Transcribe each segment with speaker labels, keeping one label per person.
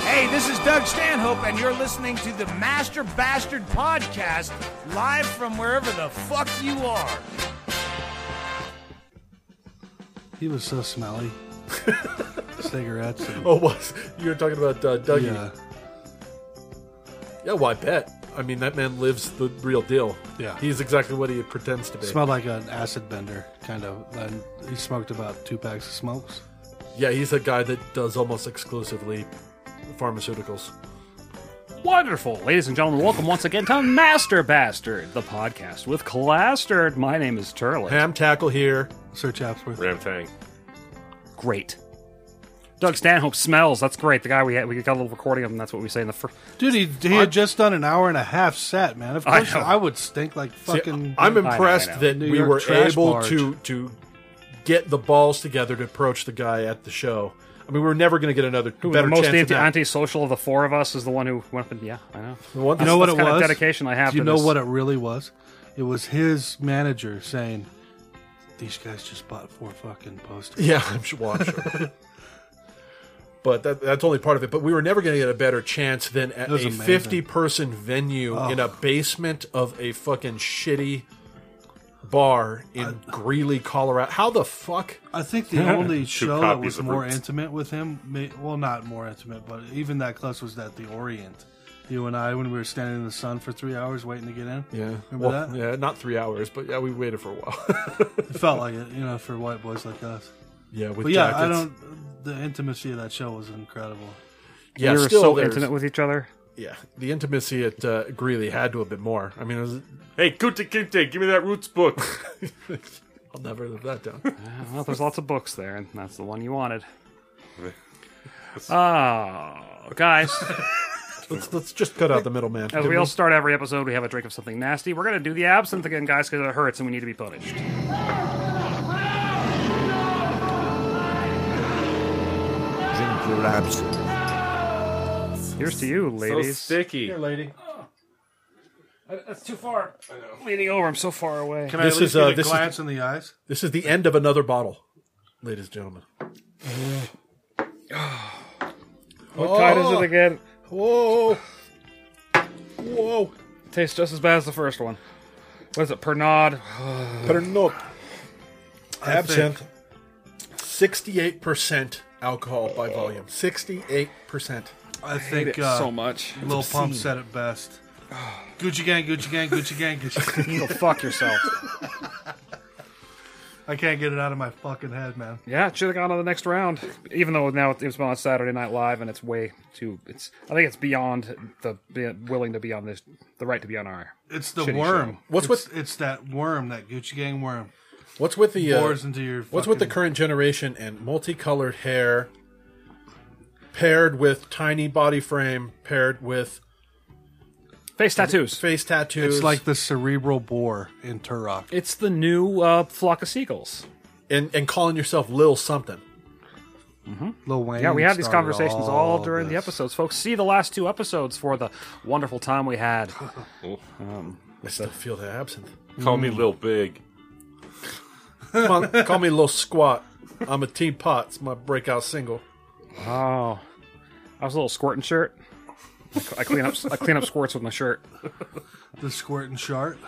Speaker 1: Hey, this is Doug Stanhope, and you're listening to the Master Bastard Podcast live from wherever the fuck you are.
Speaker 2: He was so smelly. Cigarettes. And,
Speaker 3: Oh, was you were talking about uh,
Speaker 4: Oh,
Speaker 3: Dougie?
Speaker 2: yeah.
Speaker 3: Yeah. well, I bet. I mean, that man lives the real deal.
Speaker 2: Yeah.
Speaker 3: he's exactly what he pretends to be.
Speaker 2: Smelled like an acid bender, kind of. And he smoked about two packs of smokes.
Speaker 3: Yeah, he's a guy that does almost exclusively pharmaceuticals.
Speaker 4: Wonderful. Ladies and gentlemen, welcome once again to Master Bastard, the podcast with Clastard. My name is Turley.
Speaker 3: Ham tackle here.
Speaker 2: Sir Chapsworth.
Speaker 5: Ram Tang.
Speaker 4: Great. Doug Stanhope smells. That's great. The guy we had, we got a little recording of him. That's what we say in the first.
Speaker 2: Dude, he, he had just done an hour and a half set, man. Of
Speaker 4: I
Speaker 2: course, I,
Speaker 4: know.
Speaker 2: would stink like fucking.
Speaker 3: I'm
Speaker 4: know, I
Speaker 3: impressed
Speaker 4: know.
Speaker 3: that
Speaker 2: New
Speaker 3: we
Speaker 2: York
Speaker 3: were
Speaker 2: trash
Speaker 3: able
Speaker 2: barge.
Speaker 3: to to get the balls together to approach the guy at the show. I mean, we were never going to get another
Speaker 4: Who,
Speaker 3: better
Speaker 4: the most
Speaker 3: chance.
Speaker 4: anti-
Speaker 3: than that.
Speaker 4: antisocial of the four of us is the one who went up and yeah, I know.
Speaker 3: The one-
Speaker 2: you know what
Speaker 4: that's
Speaker 2: it
Speaker 4: kind
Speaker 2: was?
Speaker 4: of dedication I have
Speaker 2: Do you
Speaker 4: to
Speaker 2: know
Speaker 4: this.
Speaker 2: what it really was? It was his manager saying, "These guys just bought four fucking posters."
Speaker 3: Yeah, I'm sure. Well, I'm sure. but that, that's only part of it. But we were never going to get a better chance than at
Speaker 2: was
Speaker 3: a
Speaker 2: amazing.
Speaker 3: 50 person venue in a basement of a fucking shitty bar in Greeley, Colorado. How the fuck?
Speaker 2: I think the only
Speaker 5: Two
Speaker 2: show that
Speaker 5: copies
Speaker 2: was
Speaker 5: of
Speaker 2: more
Speaker 5: Roots.
Speaker 2: intimate with him, may- well, not more intimate, but even that close was that the Orient. You and I, when we were standing in the sun for three hours waiting to get in.
Speaker 3: Yeah,
Speaker 2: Remember
Speaker 3: well,
Speaker 2: that?
Speaker 3: yeah, not three hours, but yeah, we waited for a while.
Speaker 2: It felt like it, you know, for white boys like us.
Speaker 3: yeah, with
Speaker 2: But yeah,
Speaker 3: jackets.
Speaker 2: I don't. The intimacy of that show was incredible.
Speaker 3: Yeah,
Speaker 4: we were
Speaker 3: still
Speaker 4: so
Speaker 3: there's-
Speaker 4: intimate with each other.
Speaker 3: Yeah, the intimacy at uh, Greeley had to have been more. I mean, it was,
Speaker 5: Hey, Kunta Kinte, give me that Roots book.
Speaker 3: I'll never live that down.
Speaker 4: Yeah, well, there's lots of books there, and that's the one you wanted. Oh, guys.
Speaker 3: let's let's just cut out the middleman.
Speaker 4: As we all start every episode, we have a drink of something nasty. We're going to do the absinthe again, guys, because it hurts and we need to be punished.
Speaker 6: Drink your absinthe.
Speaker 4: Here's to you,
Speaker 5: so
Speaker 4: ladies.
Speaker 5: sticky. Oh.
Speaker 3: lady.
Speaker 4: That's too far. Leaning over, I'm so far away.
Speaker 2: Can
Speaker 3: I at This least is, uh, get a this is-
Speaker 2: glance
Speaker 3: glance
Speaker 2: in the eyes?
Speaker 3: This is the end of another bottle, ladies and gentlemen.
Speaker 4: What kind
Speaker 5: Oh.
Speaker 4: is it again?
Speaker 3: Whoa. Whoa.
Speaker 4: Tastes just as bad as the first one. What is it? Pernod.
Speaker 3: Better not. Absinthe. 68% alcohol by volume. 68%.
Speaker 2: I think uh,
Speaker 4: so much.
Speaker 2: Lil Pump said it best. Gucci gang, Gucci gang, Gucci gang, Gucci.
Speaker 4: You go fuck yourself.
Speaker 2: I can't get it out of my fucking head, man.
Speaker 4: Yeah, it should have gone to the next round. Even though now it- it's on Saturday Night Live, and it's way too. It's. I think it's beyond the be, willing to be on this. The right to be on our.
Speaker 2: It's the
Speaker 4: Shitty
Speaker 2: worm.
Speaker 4: show.
Speaker 3: What's
Speaker 2: it's, It's that worm, that Gucci gang worm.
Speaker 3: What's with the uh,
Speaker 2: Pours into your.
Speaker 3: What's with the
Speaker 2: fucking-
Speaker 3: current generation and multicolored hair paired with tiny body frame paired with
Speaker 4: Face tattoos.
Speaker 3: face tattoos
Speaker 2: It's like the cerebral bore in Turok.
Speaker 4: It's the new uh, flock of seagulls.
Speaker 3: and, and calling yourself Lil something.
Speaker 2: Lil Wayne.
Speaker 4: Yeah, we have these
Speaker 2: started
Speaker 4: conversations all during the
Speaker 2: this.
Speaker 4: episodes, folks. See the last two episodes for the wonderful time we had.
Speaker 3: I still feel the absinthe.
Speaker 5: Call me Lil Big.
Speaker 3: Come on, call me Lil Squat. I'm a Team Pot. It's my breakout single.
Speaker 4: Oh, I was a little squirting shirt. I cl- I clean up. I clean up squirts with my shirt.
Speaker 2: The squirt and shart.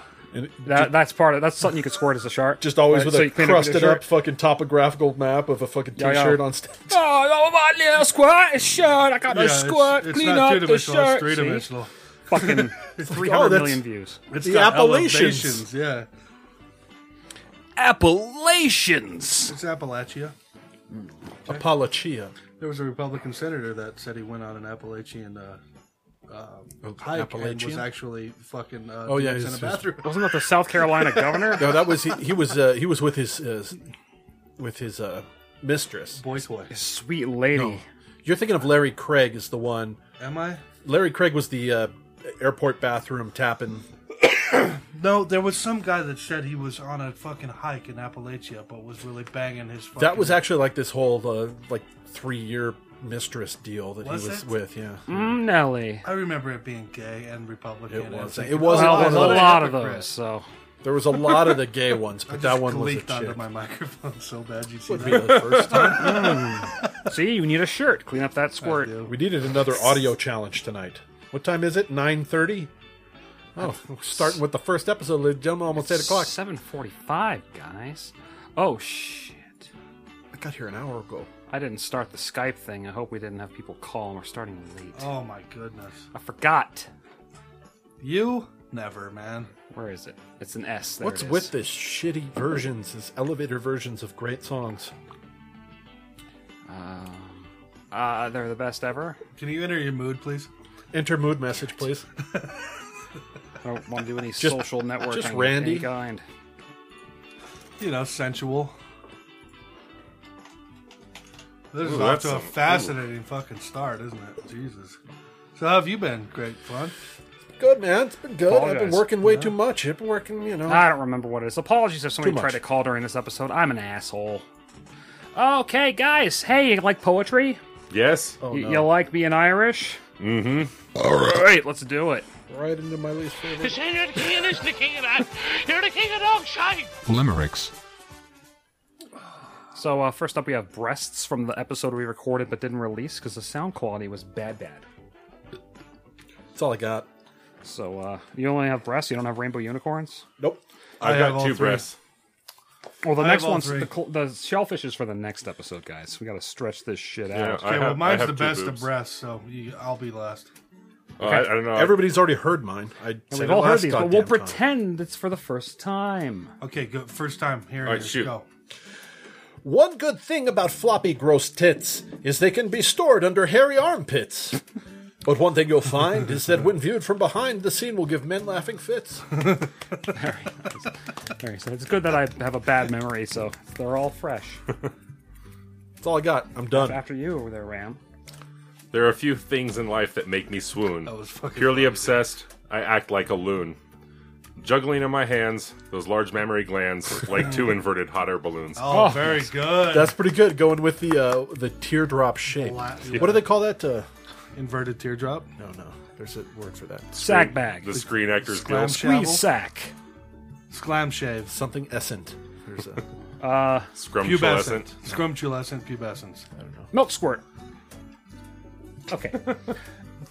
Speaker 4: That, that's part of. That's something you could squirt as a shark.
Speaker 3: Just always
Speaker 4: Right,
Speaker 3: with
Speaker 4: so
Speaker 3: a
Speaker 4: you clean up with your
Speaker 3: crusted up,
Speaker 4: shirt.
Speaker 3: fucking topographical map of a fucking
Speaker 4: Yeah, yeah.
Speaker 3: t-shirt on stage.
Speaker 4: Oh, no, my little squirt and shirt. I got my
Speaker 2: Yeah, it's-
Speaker 4: squirt.
Speaker 2: It's,
Speaker 4: clean
Speaker 2: not
Speaker 4: up
Speaker 2: two
Speaker 4: the
Speaker 2: dimensional.
Speaker 4: shirt.
Speaker 2: It's three
Speaker 4: See?
Speaker 2: dimensional.
Speaker 4: Fucking three hundred million
Speaker 3: that's-
Speaker 4: views.
Speaker 2: It's
Speaker 3: The
Speaker 2: got
Speaker 3: Appalachians.
Speaker 2: elevations, Yeah,
Speaker 4: Appalachians.
Speaker 2: it's Appalachia.
Speaker 3: Appalachia.
Speaker 2: There was a Republican senator that said he went on an Appalachian uh,
Speaker 4: Oh,
Speaker 2: um, hike and was
Speaker 3: Appalachian?
Speaker 2: actually fucking uh,
Speaker 3: Oh, yeah,
Speaker 2: DX in a
Speaker 3: he's- he's-
Speaker 2: bathroom.
Speaker 4: Wasn't that the South Carolina governor?
Speaker 3: No, that was he, he was uh, he was with his uh, with his uh, mistress.
Speaker 2: Boy toy.
Speaker 4: Sweet lady.
Speaker 3: You're thinking of Larry Craig is the one.
Speaker 2: Am I?
Speaker 3: Larry Craig was the uh, airport bathroom tapping.
Speaker 2: No, there was some guy that said he was on a fucking hike in Appalachia, but was really banging his. Fucking,
Speaker 3: That was actually like this whole uh, like three year mistress deal that
Speaker 2: Was
Speaker 3: he was
Speaker 2: it?
Speaker 3: with. Yeah,
Speaker 4: Mm, Nelly.
Speaker 2: I remember it being gay and Republican.
Speaker 3: it
Speaker 2: and
Speaker 3: was.
Speaker 2: thinking,
Speaker 3: It wasn't.
Speaker 4: Well,
Speaker 3: one
Speaker 4: there's
Speaker 3: of
Speaker 4: a
Speaker 3: those-
Speaker 4: lot of
Speaker 2: hypocrite.
Speaker 4: those. So
Speaker 3: There was a lot of the gay ones, but
Speaker 2: I just
Speaker 3: that one was a
Speaker 2: gleeked onto
Speaker 3: chick.
Speaker 2: my microphone so bad you see
Speaker 3: Would be
Speaker 2: that.
Speaker 3: the first time.
Speaker 4: See, you need a shirt. Clean up that squirt.
Speaker 3: We needed another audio challenge tonight. What time is it? Nine thirty. Oh, starting with the first episode, ladies and gentlemen. Almost eight o'clock.
Speaker 4: Seven forty-five, guys. Oh shit!
Speaker 3: I got here an hour ago.
Speaker 4: I didn't start the Skype thing. I hope we didn't have people call. We're starting late.
Speaker 2: Oh my goodness.
Speaker 4: I forgot.
Speaker 2: You never, man.
Speaker 4: Where is it? It's an S. There
Speaker 3: What's
Speaker 4: it is.
Speaker 3: with this shitty versions, this elevator versions of great songs?
Speaker 4: Uh, they're the best ever.
Speaker 2: Can you enter your mood, please?
Speaker 3: Enter mood message, please.
Speaker 4: I don't want to do any
Speaker 3: Just-
Speaker 4: social networking.
Speaker 3: just
Speaker 4: of
Speaker 3: Randy?
Speaker 4: any kind.
Speaker 2: You know, sensual. This
Speaker 5: Ooh,
Speaker 2: is off
Speaker 5: that's
Speaker 2: to a
Speaker 5: some-
Speaker 2: fascinating fucking start, isn't it? Jesus. So how have you been? Great fun.
Speaker 3: Good man, it's been good. I've been
Speaker 4: Apologize.
Speaker 3: working way too much. I've been working, you know.
Speaker 4: I don't remember what it is. Apologies if somebody
Speaker 3: Too much.
Speaker 4: tried to call during this episode. I'm an asshole. Okay, guys. Hey, you like poetry?
Speaker 5: Yes?
Speaker 3: oh
Speaker 4: Y-
Speaker 3: no!
Speaker 4: You like being Irish? Mm-hmm. All right, let's do it.
Speaker 3: right into my least favorite.
Speaker 7: Say you're the king of this, the king of that. You're the king of dog shite.
Speaker 6: Limericks.
Speaker 4: So uh, first up, we have breasts from the episode we recorded but didn't release because the sound quality was bad, bad.
Speaker 3: That's all I got.
Speaker 4: So uh, you only have breasts. You don't have rainbow unicorns.
Speaker 3: Nope.
Speaker 5: I've
Speaker 2: have all
Speaker 5: got two
Speaker 2: three.
Speaker 5: breasts.
Speaker 4: Well, the
Speaker 2: I
Speaker 4: next
Speaker 2: have all
Speaker 4: one's
Speaker 2: three.
Speaker 4: the, cl- the shellfish is for the next episode, guys. We got to stretch this shit out.
Speaker 5: I
Speaker 2: Okay, well,
Speaker 5: have- I
Speaker 2: mine's
Speaker 5: have
Speaker 2: the
Speaker 5: two
Speaker 2: best
Speaker 5: boobs.
Speaker 2: of breasts, so you, I'll be last.
Speaker 5: Oh, I, I don't know.
Speaker 3: Everybody's already heard mine. I said
Speaker 4: We've
Speaker 3: it
Speaker 4: all heard
Speaker 3: last
Speaker 4: these, but we'll
Speaker 3: goddamn time.
Speaker 4: pretend it's for the first time.
Speaker 2: Okay, good. First time here.
Speaker 5: All right,
Speaker 2: Let's
Speaker 5: shoot.
Speaker 2: go.
Speaker 3: One good thing about floppy gross tits is they can be stored under hairy armpits. But one thing you'll find is that when viewed from behind, the scene will give men laughing fits.
Speaker 4: There you go. It's good that I have a bad memory, so they're all fresh.
Speaker 3: That's all I got. I'm done.
Speaker 4: After you over there, Ram.
Speaker 5: There are a few things in life that make me swoon. That
Speaker 2: was fucking
Speaker 5: Purely obsessed, I act like a loon. Juggling in my hands, those large mammary glands, like two inverted hot air balloons.
Speaker 2: Oh, very good.
Speaker 3: That's pretty good. Going with the uh, the teardrop shape.
Speaker 2: Flat-
Speaker 3: What do they call that? Uh,
Speaker 2: Inverted teardrop.
Speaker 3: no, no. There's a word for that.
Speaker 4: Sack bag.
Speaker 5: The Screen Actors
Speaker 2: Clam
Speaker 5: Guild.
Speaker 2: shave.
Speaker 4: Please sack.
Speaker 2: Clam shave.
Speaker 3: Something essent. There's a
Speaker 5: Scrumptious.
Speaker 2: Pubescent. Scrumptulescent pubescence.
Speaker 4: Milk squirt. Okay.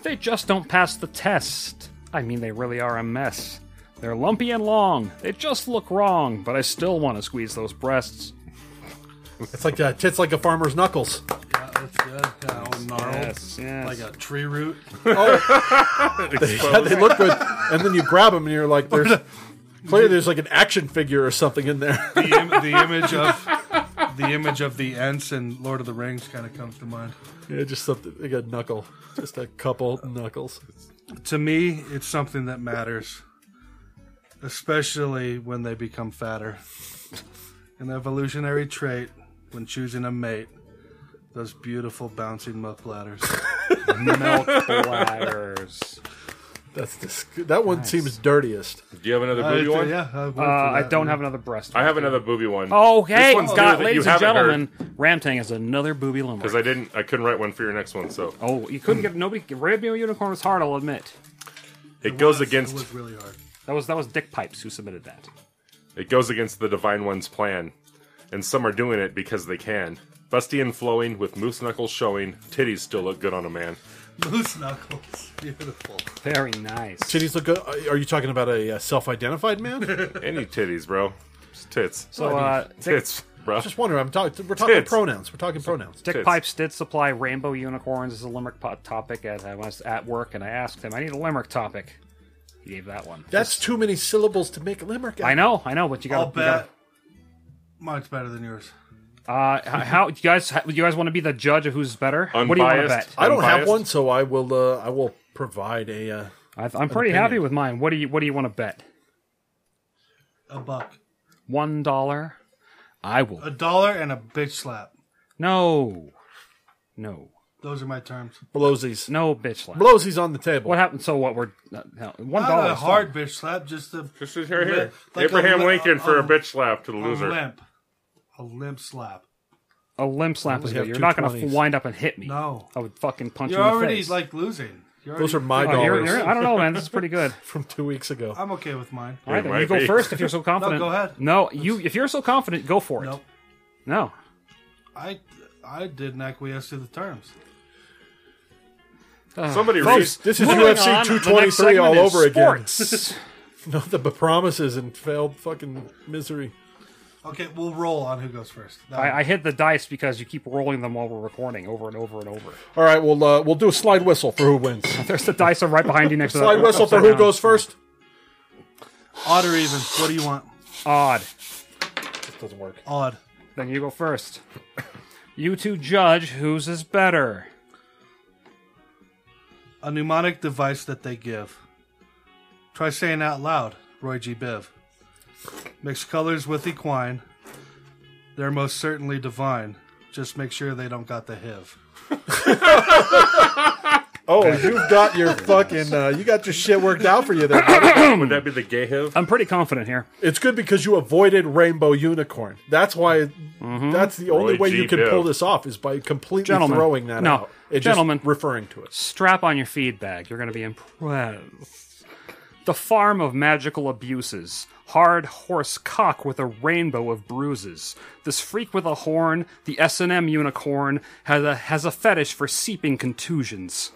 Speaker 4: they just don't pass the test. I mean, they really are a mess. They're lumpy and long. They just look wrong, but I still want to squeeze those breasts.
Speaker 3: It's like uh, tits like a farmer's knuckles.
Speaker 2: Yeah, that's good. Yeah, all gnarled.
Speaker 4: Yes, yes.
Speaker 2: Oh, Like a tree root.
Speaker 3: Yeah, they look good. And then you grab them and you're like, there's clearly there's like an action figure or something in there.
Speaker 2: the, Im- the image of the image of the Ents and Lord of the Rings kind of comes to mind.
Speaker 3: yeah, just something like a knuckle, just a couple knuckles.
Speaker 2: To me, it's something that matters, especially when they become fatter. An evolutionary trait when choosing a mate. Those beautiful bouncing milk bladders.
Speaker 4: Milk bladders.
Speaker 3: That's disg- that one seems dirtiest.
Speaker 5: Do you have another
Speaker 2: I-
Speaker 5: booby one?
Speaker 2: yeah, I,
Speaker 4: Uh, I don't have another breast.
Speaker 5: I have another booby one.
Speaker 2: Oh,
Speaker 4: Okay,
Speaker 5: This one's new
Speaker 4: God,
Speaker 5: that you
Speaker 4: ladies and
Speaker 5: haven't heard.
Speaker 4: gentlemen, Ramtang is another booby limerick.
Speaker 5: Because I didn't, I couldn't write one for your next one, so
Speaker 4: Oh, you couldn't get nobody. Radio Unicorn was hard. I'll admit.
Speaker 5: it goes
Speaker 2: It
Speaker 5: against
Speaker 2: was really hard.
Speaker 4: That was that was Dick Pipes who submitted that.
Speaker 5: It goes against the Divine One's plan, and some are doing it because they can. Busty and flowing, with moose knuckles showing, titties still look good on a man.
Speaker 2: Moose knuckles, beautiful.
Speaker 4: Very nice.
Speaker 3: Titties look good. Are you talking about a uh, self-identified man?
Speaker 5: Any titties, bro. It's tits.
Speaker 4: So uh, Dick,
Speaker 5: tits, bro.
Speaker 3: just wondering. I'm talking. We're talking
Speaker 5: Tits.
Speaker 3: pronouns. We're talking pronouns.
Speaker 4: Dick
Speaker 5: tits.
Speaker 4: Pipes did supply rainbow unicorns as a limerick pot topic as I was at work, and I asked him, "I need a limerick topic." He gave that one.
Speaker 3: That's too many syllables to make a limerick. out.
Speaker 4: I know, I know, but you
Speaker 2: I'll
Speaker 4: got
Speaker 2: bet mine's better than yours.
Speaker 4: Uh, h- how you guys? how- You guys want to be the judge of who's better? What do you want to bet?
Speaker 5: Unbiased.
Speaker 3: I don't have
Speaker 5: Unbiased.
Speaker 3: one, so I will. Uh, I will provide a. Uh,
Speaker 4: I, I'm pretty
Speaker 3: opinion.
Speaker 4: happy with mine. What do you What do you want to bet?
Speaker 2: A buck,
Speaker 4: One dollar. I will.
Speaker 2: a dollar, and a bitch slap.
Speaker 4: No, no,
Speaker 2: Those are my terms.
Speaker 3: blowsies.
Speaker 4: no, bitch slap.
Speaker 3: Blowsies on the table.
Speaker 4: What happened? So what? We're no, no, one
Speaker 2: Not
Speaker 4: dollar.
Speaker 2: a
Speaker 4: is
Speaker 2: hard bitch slap, just a
Speaker 5: This is right
Speaker 2: Like
Speaker 5: here.
Speaker 2: a
Speaker 5: Abraham
Speaker 2: li-
Speaker 5: Lincoln for
Speaker 2: a-
Speaker 5: a bitch slap to the
Speaker 2: a
Speaker 5: loser.
Speaker 2: limp, a limp slap.
Speaker 4: fine. A limb slap is
Speaker 3: have
Speaker 4: good. You're
Speaker 3: two
Speaker 4: not going to
Speaker 3: 20s.
Speaker 4: wind up and hit me.
Speaker 2: No.
Speaker 4: I would fucking punch
Speaker 2: You're
Speaker 4: you in the
Speaker 2: already
Speaker 4: face.
Speaker 2: like losing. You're
Speaker 3: Those are
Speaker 2: already-
Speaker 3: my
Speaker 4: Oh, you're-
Speaker 3: dollars
Speaker 4: you're- I don't know, man. This is pretty good.
Speaker 3: from two weeks ago.
Speaker 2: I'm okay with mine.
Speaker 4: All right, then,
Speaker 5: might
Speaker 4: you go
Speaker 5: be.
Speaker 4: first if you're so confident.
Speaker 2: go ahead.
Speaker 4: No, you. If you're so confident, go for it.
Speaker 2: Nope.
Speaker 4: No.
Speaker 2: I I didn't acquiesce to the terms.
Speaker 5: Somebody
Speaker 4: Uh, Folks,
Speaker 5: reads.
Speaker 3: This is
Speaker 4: Moving
Speaker 3: UFC
Speaker 4: on, the next
Speaker 3: 223 all
Speaker 4: segment is
Speaker 3: over again.
Speaker 4: sports.
Speaker 3: Nothing but promises and failed fucking misery.
Speaker 2: Okay, we'll roll on who goes first. That
Speaker 4: I, I hit the dice because you keep rolling them while we're recording over and over and over.
Speaker 3: All right, we'll uh, we'll do a slide whistle for who wins.
Speaker 4: There's the dice I'm right behind you next to that.
Speaker 3: Slide whistle for
Speaker 4: upside
Speaker 3: who
Speaker 4: down.
Speaker 3: goes first.
Speaker 2: Odd or even? What do you want?
Speaker 4: Odd.
Speaker 3: Doesn't work.
Speaker 2: Odd.
Speaker 4: Then you go first. You two judge whose is better.
Speaker 2: A mnemonic device that they give. Try saying out loud, Roy G. Biv. Mix colors with equine. They're most certainly divine. Just make sure they don't got the HIV.
Speaker 3: Oh, you've got your fucking uh, you got your shit worked out for you there. buddy.
Speaker 5: Would that be the gay hiv?
Speaker 4: I'm pretty confident here.
Speaker 3: It's good because you avoided rainbow unicorn. That's why. That's the only
Speaker 5: Roy
Speaker 3: way
Speaker 5: G.
Speaker 3: you can
Speaker 5: Biv.
Speaker 3: pull this off is by completely
Speaker 4: Gentlemen.
Speaker 3: throwing that
Speaker 4: No.
Speaker 3: out. It's
Speaker 4: Gentlemen.
Speaker 3: just referring to it.
Speaker 4: Strap on your feed bag. You're going to be impressed. The farm of magical abuses. Hard horse cock with a rainbow of bruises. This freak with a horn, the S&M unicorn, has a, has a fetish for seeping contusions.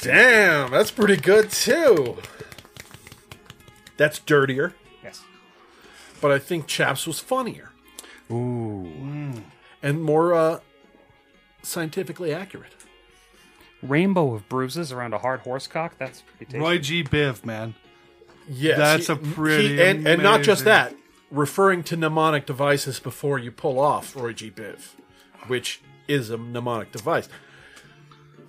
Speaker 3: Damn, that's pretty good too. That's dirtier.
Speaker 4: Yes.
Speaker 3: but I think Chaps was funnier. Ooh. And more uh, scientifically accurate.
Speaker 4: Rainbow of bruises around a hard horse cock? That's pretty tasty.
Speaker 2: Roy G. Biv, man.
Speaker 3: Yes.
Speaker 2: That's
Speaker 3: he-
Speaker 2: a pretty
Speaker 3: he- and, and not just
Speaker 2: amazing-
Speaker 3: that, referring to mnemonic devices before you pull off Roy G. Biv, which is a mnemonic device.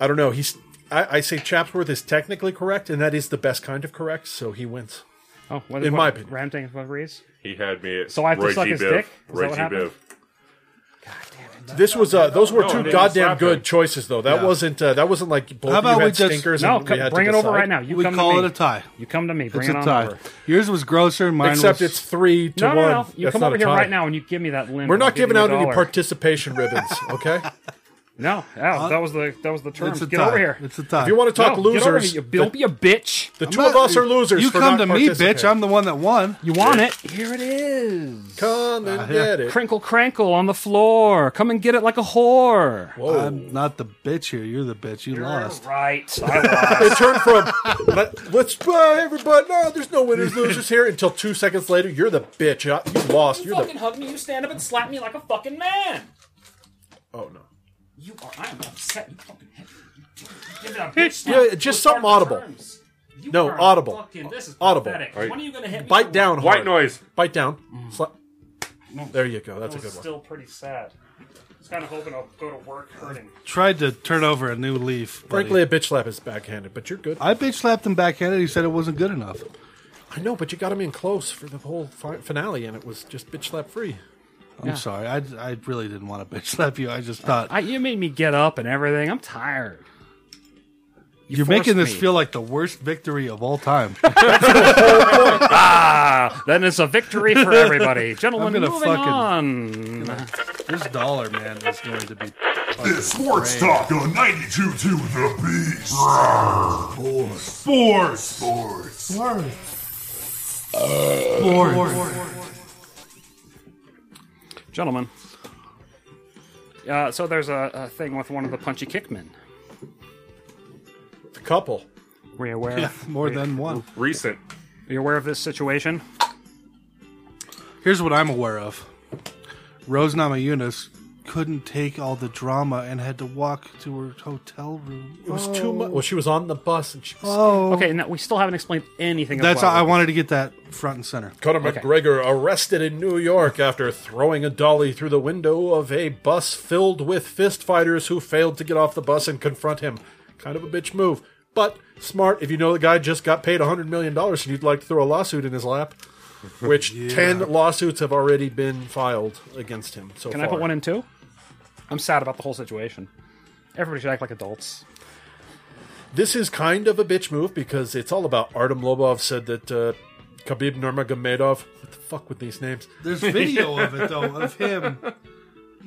Speaker 3: I don't know. He's. I, I say Chapsworth is technically correct, and that is the best kind of correct, so he wins.
Speaker 4: Oh, what,
Speaker 3: In
Speaker 4: what,
Speaker 3: my opinion.
Speaker 4: Ram Tank what reads?
Speaker 5: He had me. At
Speaker 4: So I have to
Speaker 5: Roy
Speaker 4: suck
Speaker 5: G.
Speaker 4: his
Speaker 5: Biv.
Speaker 4: dick? Is that
Speaker 5: Roy
Speaker 4: what
Speaker 5: G.
Speaker 4: happened?
Speaker 5: Biv.
Speaker 3: This was uh, those were two
Speaker 5: didn't
Speaker 3: goddamn
Speaker 5: slap him.
Speaker 3: good choices, though. That wasn't uh, that wasn't like both
Speaker 2: How
Speaker 3: of you
Speaker 2: about
Speaker 3: had
Speaker 2: we just-
Speaker 3: stinkers.
Speaker 4: No,
Speaker 3: and
Speaker 4: come-
Speaker 3: we had to
Speaker 4: bring it over
Speaker 3: decide.
Speaker 4: right now. You
Speaker 2: we
Speaker 4: come
Speaker 2: call
Speaker 4: to
Speaker 2: it
Speaker 4: me.
Speaker 2: a tie.
Speaker 4: You come to me. Bring
Speaker 2: It's
Speaker 4: it
Speaker 2: a
Speaker 4: on
Speaker 2: tie.
Speaker 4: over.
Speaker 2: Yours was grosser. Mine
Speaker 3: Except
Speaker 2: was...
Speaker 3: it's three to
Speaker 4: No,
Speaker 3: one.
Speaker 4: no, no. You
Speaker 3: That's
Speaker 4: come
Speaker 3: not
Speaker 4: over
Speaker 3: a
Speaker 4: here
Speaker 3: tie.
Speaker 4: right now and you give me that limb.
Speaker 3: We're not
Speaker 4: I'll give
Speaker 3: giving
Speaker 4: you a
Speaker 3: out any
Speaker 4: dollar.
Speaker 3: participation ribbons, okay? if
Speaker 4: No, no, that was the that was the term.
Speaker 2: It's a
Speaker 4: Get
Speaker 2: tie.
Speaker 4: over here.
Speaker 2: It's a tie.
Speaker 3: you want to
Speaker 4: No,
Speaker 3: talk
Speaker 4: get over
Speaker 3: losers,
Speaker 4: here, you- Don't be a bitch.
Speaker 3: the two of us are losers.
Speaker 2: You
Speaker 3: for
Speaker 2: come
Speaker 3: not
Speaker 2: to me, bitch.
Speaker 3: participating.
Speaker 2: I'm the one that won.
Speaker 4: You want it? Here it is.
Speaker 3: Come
Speaker 2: Uh,
Speaker 3: and get it.
Speaker 4: Crinkle crankle on the floor. Come and get it like a whore.
Speaker 3: Oh.
Speaker 2: I'm not the bitch here. You're the bitch. You lost.
Speaker 4: right. I
Speaker 3: It turned from let, let's buy everybody. No, there's no winners, losers here. Until two seconds later, you're the bitch. Uh, You lost. You're the.
Speaker 4: hug me. You stand up and slap me like a fucking man.
Speaker 3: Oh no.
Speaker 4: You are. I am upset. You fucking hit
Speaker 3: Yeah, just something audible. No, are audible. fucking- this is Audible. pathetic.
Speaker 4: When are you gonna hit me?
Speaker 3: Bite down. Hard.
Speaker 5: White noise.
Speaker 3: Bite down. Sla- there you go. That's a good
Speaker 4: That was
Speaker 3: one.
Speaker 4: Mm. still pretty sad. I was kind of hoping I'll go to work hurting.
Speaker 2: Tried to turn over a new leaf. buddy.
Speaker 3: Frankly, a bitch slap is backhanded, but you're good.
Speaker 2: I bitch slapped him backhanded. He said it wasn't good enough.
Speaker 3: I know, but you got him in close for the whole fi- finale, and it was just bitch slap free.
Speaker 2: I'm sorry. I, I really didn't want to bitch slap you. I just thought
Speaker 4: I, you made me get up and everything. I'm tired. You
Speaker 2: you're making
Speaker 4: forced
Speaker 2: this
Speaker 4: me.
Speaker 2: feel like the worst victory of all time.
Speaker 4: Ah, Then it's a victory for everybody, gentlemen.
Speaker 2: I'm gonna
Speaker 4: moving
Speaker 2: fucking-
Speaker 4: on.
Speaker 2: this dollar man is going to be.
Speaker 8: It's sports talk on 92.2 The Beast. Sports. Sports. Sports.
Speaker 4: gentlemen. Uh, so there's a, a thing with one of the punchy kickmen.
Speaker 3: The couple.
Speaker 4: Were you aware?
Speaker 2: Yeah, more than one.
Speaker 5: Recent.
Speaker 4: Are you aware of this situation?
Speaker 2: Here's what I'm aware of. Rose Namajunas couldn't take all the drama and had to walk to her hotel room.
Speaker 3: It was too much. Well, she was on the bus and she was.
Speaker 4: Okay, no, we still haven't explained anything.
Speaker 2: That's
Speaker 4: about
Speaker 2: I wanted to get that front and center.
Speaker 3: Conor McGregor arrested in New York after throwing a dolly through the window of a bus filled with fist fighters who failed to get off the bus and confront him. Kind of a bitch move, but smart if you know the guy just got paid $100 million and you'd like to throw a lawsuit in his lap, which 10 lawsuits have already been filed against him so
Speaker 4: Can
Speaker 3: far.
Speaker 4: I put one in too? I'm sad about the whole situation. Everybody should act like adults.
Speaker 3: This is kind of a bitch move because it's all about Artem Lobov said that uh, Khabib Nurmagomedov, what the fuck with these names,
Speaker 2: There's video of it though of him.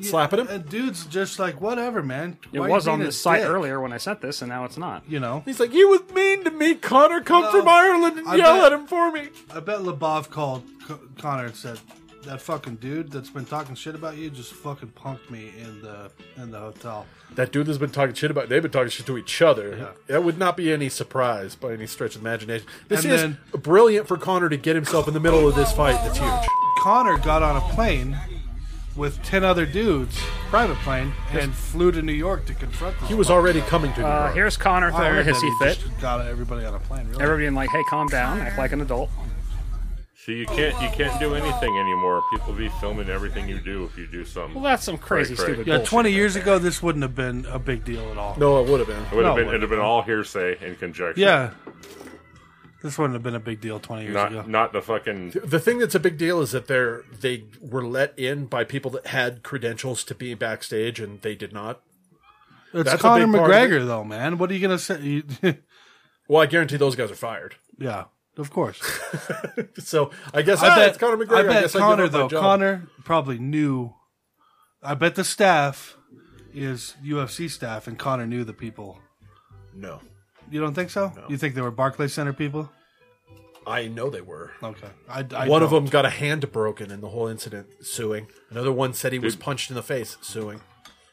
Speaker 3: slapping him?
Speaker 2: And dude's just like whatever, man.
Speaker 4: It
Speaker 2: Why
Speaker 4: was
Speaker 2: you
Speaker 4: on
Speaker 2: being a
Speaker 4: this site
Speaker 2: dick?
Speaker 4: earlier when I sent this, and now it's not.
Speaker 2: You know,
Speaker 3: He's like, you was mean to me, Connor. Come
Speaker 2: No,
Speaker 3: from Ireland and
Speaker 2: I
Speaker 3: yell
Speaker 2: bet-
Speaker 3: at him for me.
Speaker 2: I bet Labov called C- Connor and said, that fucking dude that's been talking shit about you just fucking punked me in the in the hotel.
Speaker 3: That dude that's been talking shit about they've been talking shit to each other.
Speaker 2: Yeah.
Speaker 3: That would not be any surprise by any stretch of imagination. This
Speaker 2: And
Speaker 3: is
Speaker 2: then-
Speaker 3: brilliant for Connor to get himself in the middle of this fight. That's huge.
Speaker 2: Connor got on a plane with ten other dudes, private plane, and flew to New York to confront. This
Speaker 3: He was already coming to New
Speaker 4: Uh,
Speaker 3: York.
Speaker 4: here's Connor
Speaker 2: I
Speaker 4: throwing a
Speaker 2: heard that
Speaker 4: hissy
Speaker 2: he
Speaker 4: fit.
Speaker 2: just got everybody on a plane. Really?
Speaker 4: Everybody being like, "Hey, calm down. Act like an adult."
Speaker 5: See, you can't you can't do anything anymore. People be filming everything you do if you do something.
Speaker 4: Well, that's some crazy,
Speaker 5: Cray, cray.
Speaker 4: stupid.
Speaker 2: yeah,
Speaker 4: bullshit.
Speaker 2: twenty years ago, this wouldn't have been a big deal at all.
Speaker 3: no, it would have been.
Speaker 5: it would have
Speaker 2: no,
Speaker 5: been it'd have been all hearsay and conjecture.
Speaker 2: Yeah, this wouldn't have been a big deal twenty years ago.
Speaker 5: Not not the fucking
Speaker 3: The thing that's a big deal is that they're they were let in by people that had credentials to be backstage and they did not.
Speaker 2: It's
Speaker 3: That's a
Speaker 2: Conor
Speaker 3: big part of
Speaker 2: McGregor, though, man. What are you gonna say? You-
Speaker 3: Well, I guarantee those guys are fired.
Speaker 2: yeah, of course.
Speaker 3: So I guess ah,
Speaker 2: I bet
Speaker 3: it's Conor McGregor.
Speaker 2: I bet
Speaker 3: guess I
Speaker 2: Connor
Speaker 3: give up my
Speaker 2: though.
Speaker 3: job.
Speaker 2: Connor probably knew. I bet the staff is UFC staff, and Connor knew the people.
Speaker 3: No,
Speaker 2: You don't think so? You think they were Barclay Center people?
Speaker 3: I know they were.
Speaker 2: Okay. I, I
Speaker 3: one of
Speaker 2: don't.
Speaker 3: them got a hand broken in the whole incident, suing. Another one said he was punched in the face, suing.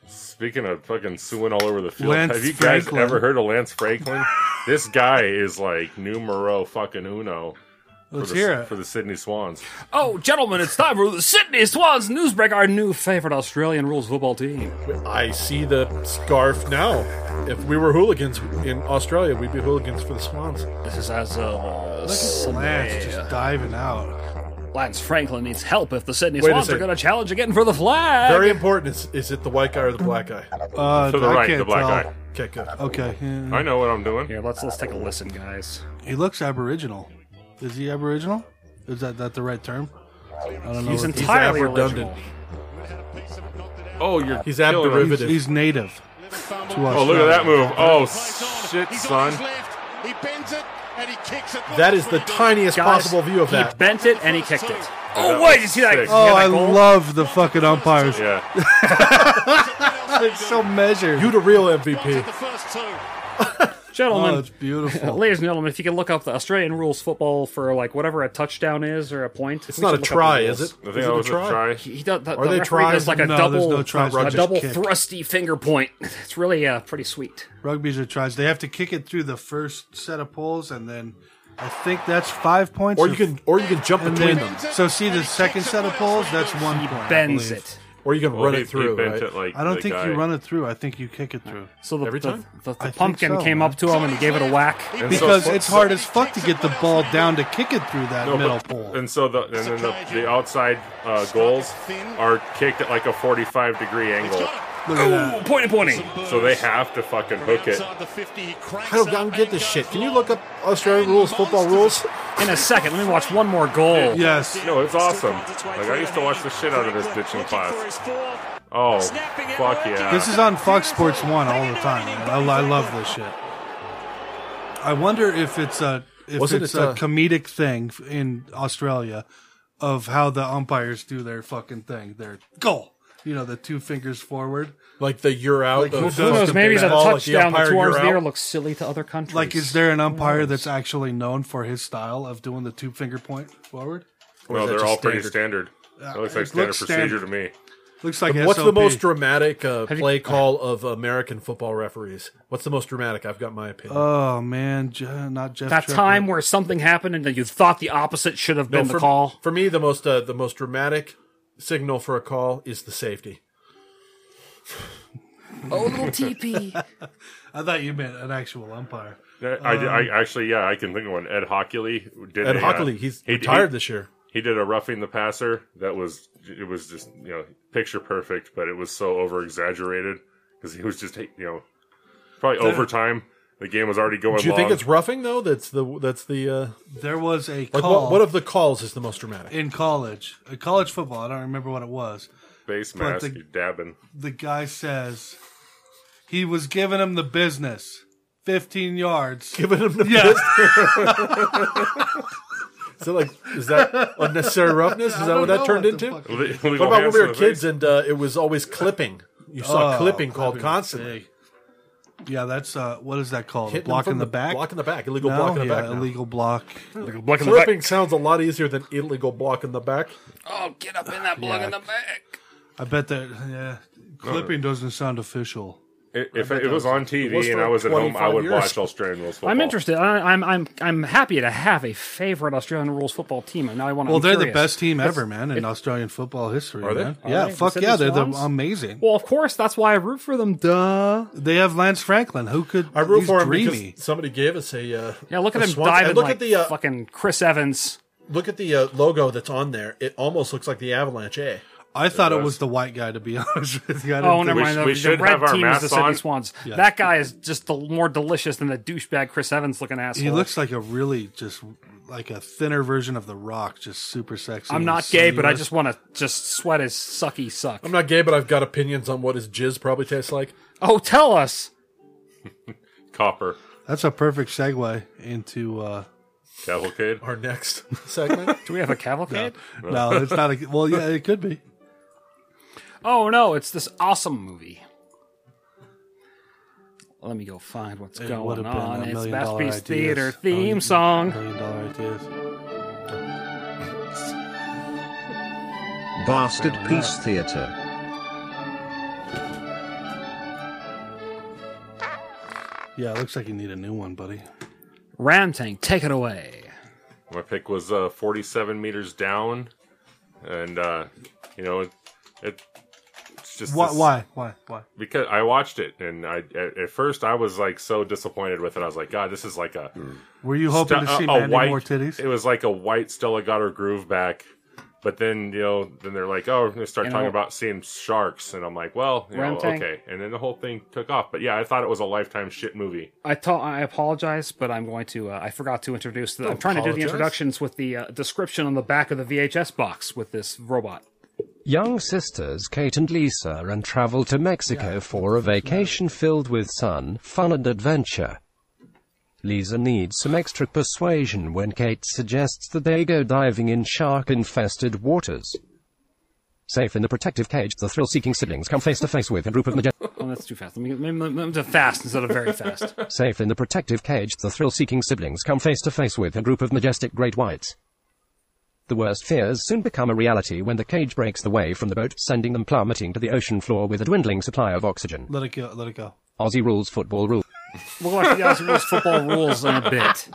Speaker 5: Speaking of fucking suing all over the field,
Speaker 2: Lance
Speaker 5: have you guys
Speaker 2: Franklin.
Speaker 5: ever heard of Lance Franklin? this guy is like numero fucking uno for
Speaker 2: Let's
Speaker 5: the,
Speaker 2: hear it.
Speaker 5: for the Sydney Swans.
Speaker 4: Oh, gentlemen, it's time for the Sydney Swans newsbreak, our new favorite Australian rules football team.
Speaker 3: I see the scarf now. If we were hooligans in Australia, we'd be hooligans for the Swans.
Speaker 4: This is as uh,
Speaker 2: Lance just diving out.
Speaker 4: Lance Franklin needs help if the Sydney
Speaker 3: Wait a
Speaker 4: Swans are
Speaker 3: second.
Speaker 4: going to challenge again for the flag.
Speaker 3: Very important is is it the white guy or the black guy?
Speaker 2: Uh,
Speaker 5: To the
Speaker 2: I
Speaker 5: right,
Speaker 2: can't
Speaker 5: the black
Speaker 2: tell.
Speaker 5: guy.
Speaker 3: Okay, good.
Speaker 2: Okay. yeah.
Speaker 5: I know what I'm doing.
Speaker 4: Here, let's let's take a listen, guys.
Speaker 2: He looks Aboriginal. Is he Aboriginal? Is that, that the right term? I don't
Speaker 3: Oh,
Speaker 2: know.
Speaker 4: He's
Speaker 2: what-
Speaker 4: entirely
Speaker 3: redundant.
Speaker 4: original.
Speaker 5: Oh, you're
Speaker 3: He's
Speaker 5: killing us.
Speaker 3: abderivative.
Speaker 2: he's, he's native to
Speaker 5: Oh,
Speaker 2: Australia.
Speaker 5: look at that move. Oh, shit, son.
Speaker 9: left. He bends it and he kicks it.
Speaker 3: That is the tiniest
Speaker 4: Guys,
Speaker 3: possible view of
Speaker 4: He
Speaker 3: that.
Speaker 4: bent it and he kicked it. Oh
Speaker 5: That
Speaker 4: wait,
Speaker 5: was
Speaker 4: you see that?
Speaker 5: sick.
Speaker 4: you
Speaker 2: Oh,
Speaker 4: hear that
Speaker 2: I
Speaker 4: goal?
Speaker 2: love the fucking umpires.
Speaker 5: Yeah,
Speaker 2: It's so measured.
Speaker 3: You the real MVP.
Speaker 9: The first two.
Speaker 2: oh,
Speaker 4: gentlemen.
Speaker 2: it's beautiful.
Speaker 4: Ladies and gentlemen, if you can look up the Australian rules football for like whatever a touchdown is or a point,
Speaker 3: It's not a try, is it?
Speaker 5: the
Speaker 3: Is
Speaker 5: thing
Speaker 3: it
Speaker 5: I was a try.
Speaker 4: He does, the,
Speaker 3: Are
Speaker 4: the
Speaker 3: they
Speaker 4: referee
Speaker 3: tries?
Speaker 4: does like a
Speaker 2: No, there's
Speaker 4: double,
Speaker 2: no tries,
Speaker 4: a
Speaker 2: just
Speaker 4: double
Speaker 2: kick.
Speaker 4: thrusty finger point. It's really uh, pretty sweet.
Speaker 2: Rugby's are tries. They have to kick it through the first set of poles, and then I think that's five points.
Speaker 3: Or you can or you can jump
Speaker 2: and
Speaker 3: between
Speaker 2: then-
Speaker 3: them.
Speaker 2: So see the second set of poles. That's one point. I
Speaker 4: Bends
Speaker 2: believe.
Speaker 4: it.
Speaker 3: Or you can
Speaker 5: Well,
Speaker 3: run
Speaker 5: Oh, he-
Speaker 3: it
Speaker 5: he
Speaker 3: through.
Speaker 5: bent
Speaker 3: right?
Speaker 5: it like
Speaker 2: I don't
Speaker 5: the
Speaker 2: think
Speaker 5: guy.
Speaker 2: you run it through. I think you kick it through.
Speaker 4: So the,
Speaker 3: Every
Speaker 4: the,
Speaker 3: time?
Speaker 4: the, the
Speaker 2: think
Speaker 4: pumpkin
Speaker 2: so,
Speaker 4: came
Speaker 2: man.
Speaker 4: up to him and he gave it a whack.
Speaker 5: And so-
Speaker 2: Because it's hard as fuck to get the ball down to kick it through that
Speaker 5: No,
Speaker 2: middle
Speaker 5: but-
Speaker 2: pole.
Speaker 5: And so the and then the, the outside uh, goals are kicked at like a 45 degree angle,
Speaker 2: Look at
Speaker 4: Ooh,
Speaker 2: that.
Speaker 4: pointy pointy.
Speaker 5: so they have to fucking hook it.
Speaker 9: Inside the 50, he cranks
Speaker 3: I don't, I
Speaker 9: up
Speaker 3: don't get this
Speaker 9: and
Speaker 3: shit.
Speaker 9: goes
Speaker 3: Can you
Speaker 9: long.
Speaker 3: look up Australian rules, football rules?
Speaker 4: In a second, let me watch one more goal.
Speaker 2: Yes.
Speaker 5: No, Oh, it's awesome. Like I used to watch the shit out of this bitch in class. Oh, fuck yeah!
Speaker 2: This is on Fox Sports One all the time. Man. I, I love this shit. I wonder if it's a if
Speaker 3: Wasn't
Speaker 2: it's
Speaker 3: it,
Speaker 2: a
Speaker 3: uh,
Speaker 2: comedic thing in Australia of how the umpires do their fucking thing. Their goal, you know, the two fingers forward.
Speaker 3: Like the you're out.
Speaker 2: Like,
Speaker 3: of-
Speaker 2: who
Speaker 4: Who knows?
Speaker 2: the
Speaker 4: Maybe
Speaker 2: big
Speaker 4: the
Speaker 3: ball, like
Speaker 4: touchdown, the
Speaker 3: umpire,
Speaker 4: two arms
Speaker 3: you're
Speaker 4: in the air
Speaker 3: out.
Speaker 4: looks silly to other countries.
Speaker 2: Like, is there an umpire that's actually known for his style of doing the two finger point forward?
Speaker 5: No,
Speaker 3: is that
Speaker 5: they're
Speaker 3: just
Speaker 5: all pretty standard. That looks like
Speaker 2: it
Speaker 5: standard
Speaker 2: looks
Speaker 5: procedure
Speaker 2: standard.
Speaker 5: to me.
Speaker 2: Looks like
Speaker 3: What's the
Speaker 2: SOP.
Speaker 3: most dramatic uh, play call of American football referees? What's the most dramatic? I've got my opinion.
Speaker 2: Oh man, Je- not Jeff.
Speaker 4: that
Speaker 2: Triplett.
Speaker 4: time where something happened and you thought the opposite should have been
Speaker 3: for,
Speaker 4: the call?
Speaker 3: for me, the most uh, the most dramatic signal for a call is the safety.
Speaker 4: Oh, little TP.
Speaker 2: I thought you meant an actual umpire.
Speaker 5: I, I, I actually, yeah, I can think of one. Ed Hockley did.
Speaker 3: Um, Ed
Speaker 5: a, uh,
Speaker 3: Hockley, he's
Speaker 5: he-
Speaker 3: retired
Speaker 5: He,
Speaker 3: this year.
Speaker 5: he did a roughing the passer that was it was just you know picture perfect, but it was so over exaggerated because he was just you know probably overtime. The game was already going.
Speaker 3: Do you
Speaker 5: long.
Speaker 3: think it's roughing though? That's the that's the uh,
Speaker 2: There was a
Speaker 3: like
Speaker 2: call
Speaker 3: what, what of the calls is the most dramatic?
Speaker 2: in college, uh, college football. I don't remember what it was.
Speaker 5: face
Speaker 2: but
Speaker 5: mask?
Speaker 2: the-
Speaker 5: you dabbing.
Speaker 2: the guy says he was giving him the business 15 yards
Speaker 3: Giving him the
Speaker 2: Yeah.
Speaker 3: fist. is that like is that unnecessary roughness? Is that what that turned into? What
Speaker 5: What
Speaker 3: about when we were kids and uh, it was always clipping? You saw clipping called constantly.
Speaker 2: Yeah, that's uh, what is that called?
Speaker 3: Hitting them
Speaker 2: block
Speaker 3: from
Speaker 2: in the, back.
Speaker 3: Block in the back. Illegal
Speaker 2: No?
Speaker 3: block in the
Speaker 2: yeah,
Speaker 3: back. now.
Speaker 2: illegal block.
Speaker 4: Block in the
Speaker 3: Flipping
Speaker 4: back.
Speaker 3: sounds a lot easier than illegal block in the back.
Speaker 4: Oh, get up in that block in the back.
Speaker 2: I bet that yeah, clipping doesn't sound official.
Speaker 5: I- If it, was on TV
Speaker 3: was
Speaker 5: and
Speaker 3: for
Speaker 5: I was at home, I
Speaker 3: 25
Speaker 5: would
Speaker 3: years.
Speaker 5: watch Australian rules football.
Speaker 4: I'm interested. I, I'm I'm I'm happy to have a favorite Australian rules football team, and now I want.
Speaker 2: Well,
Speaker 4: I'm
Speaker 2: they're the
Speaker 4: curious.
Speaker 2: best team ever, man, in Australian football history.
Speaker 3: Are they?
Speaker 2: man.
Speaker 4: Are
Speaker 2: Yeah,
Speaker 4: they? The
Speaker 2: fuck
Speaker 4: Sydney
Speaker 2: yeah, they're the,
Speaker 4: Swans?
Speaker 2: amazing.
Speaker 4: Well, of course, that's why I root for them. Duh.
Speaker 2: They have Lance Franklin. Who could?
Speaker 3: I root
Speaker 2: he's
Speaker 3: for him
Speaker 2: dreamy.
Speaker 3: because somebody gave us a. Uh,
Speaker 4: Yeah, look at
Speaker 3: a
Speaker 4: him
Speaker 3: Swanson-
Speaker 4: diving
Speaker 3: and Look
Speaker 4: like
Speaker 3: at the uh,
Speaker 4: fucking Chris Evans.
Speaker 3: look at the uh, logo that's on there. It almost looks like the Avalanche eh? A.
Speaker 2: I thought it was the white guy. To be honest with you, I didn't
Speaker 4: Oh, never
Speaker 2: think-
Speaker 4: mind.
Speaker 5: sh-
Speaker 4: The,
Speaker 5: we
Speaker 4: the
Speaker 5: should
Speaker 4: red
Speaker 5: have our
Speaker 4: team is the
Speaker 5: masks
Speaker 4: Sydney
Speaker 5: on.
Speaker 4: Swans. That guy is just the more delicious than the douchebag Chris Evans looking asshole.
Speaker 2: He looks like a really just like a thinner version of The Rock, just super sexy.
Speaker 4: I'm
Speaker 2: and
Speaker 4: not gay, but I
Speaker 2: sinuous.
Speaker 4: just want to just sweat his sucky suck.
Speaker 3: I'm not gay, but I've got opinions on what his jizz probably tastes like.
Speaker 4: Oh, tell us.
Speaker 5: Copper
Speaker 2: That's a perfect segue into. uh
Speaker 5: cavalcade.
Speaker 3: Our next segment.
Speaker 4: Do we have a cavalcade?
Speaker 2: No, it's not a. Well, yeah, it could be.
Speaker 4: Oh no, it's this awesome movie. Let me go find what's
Speaker 2: It would
Speaker 4: going
Speaker 2: have been
Speaker 4: on.
Speaker 2: a
Speaker 4: It's
Speaker 2: million dollar
Speaker 4: Masterpiece
Speaker 2: ideas.
Speaker 4: Theater
Speaker 2: Oh, you-
Speaker 4: theme song.
Speaker 2: Million dollar ideas.
Speaker 6: Bastard Peace Theatre.
Speaker 2: Yeah, it looks like you need a new one, buddy.
Speaker 4: Ramtang, take it away.
Speaker 5: My pick was uh, 47 meters down, and uh, you know it. it it's just
Speaker 2: Why?
Speaker 5: this-
Speaker 2: Why? Why? Why?
Speaker 5: because I watched it and I at, at first I was like so disappointed with it. I was like, God, this is like a
Speaker 2: Were you Mm. hoping to
Speaker 5: st-
Speaker 2: see
Speaker 5: uh, a, a
Speaker 2: Mandy
Speaker 5: white
Speaker 2: more titties?
Speaker 5: It was like a white Stella got her groove back. But then you know, then they're like, "Oh, they start
Speaker 4: You
Speaker 5: talking
Speaker 4: know-
Speaker 5: about seeing sharks," and I'm like, "Well, you know,
Speaker 4: Ramtang.
Speaker 5: okay." And then the whole thing took off. But yeah, I thought it was a lifetime shit movie.
Speaker 4: I ta- I apologize, but I'm going to. Uh, I forgot to introduce. The, I'm trying to do the
Speaker 3: apologize.
Speaker 4: introductions with the uh, description on the back of the VHS box with this robot.
Speaker 10: Young sisters Kate and Lisa and travel to Mexico for a vacation filled with sun, fun, and adventure. Lisa needs some extra persuasion when Kate suggests that they go diving in shark infested waters. Safe in the protective cage, the thrill seeking siblings come face to face with a group of majestic.
Speaker 4: Oh, that's too fast. Let me, let me, let me do fast instead of very fast.
Speaker 10: Safe in the protective cage, the thrill-seeking siblings come face to face with a group of majestic great whites. The worst fears soon become a reality when the cage breaks away from the boat, sending them plummeting to the ocean floor with a dwindling supply of oxygen.
Speaker 2: Let it go. Let it go.
Speaker 10: Aussie rules football rule.
Speaker 4: We'll watch the Aussie Rules football rules in a bit.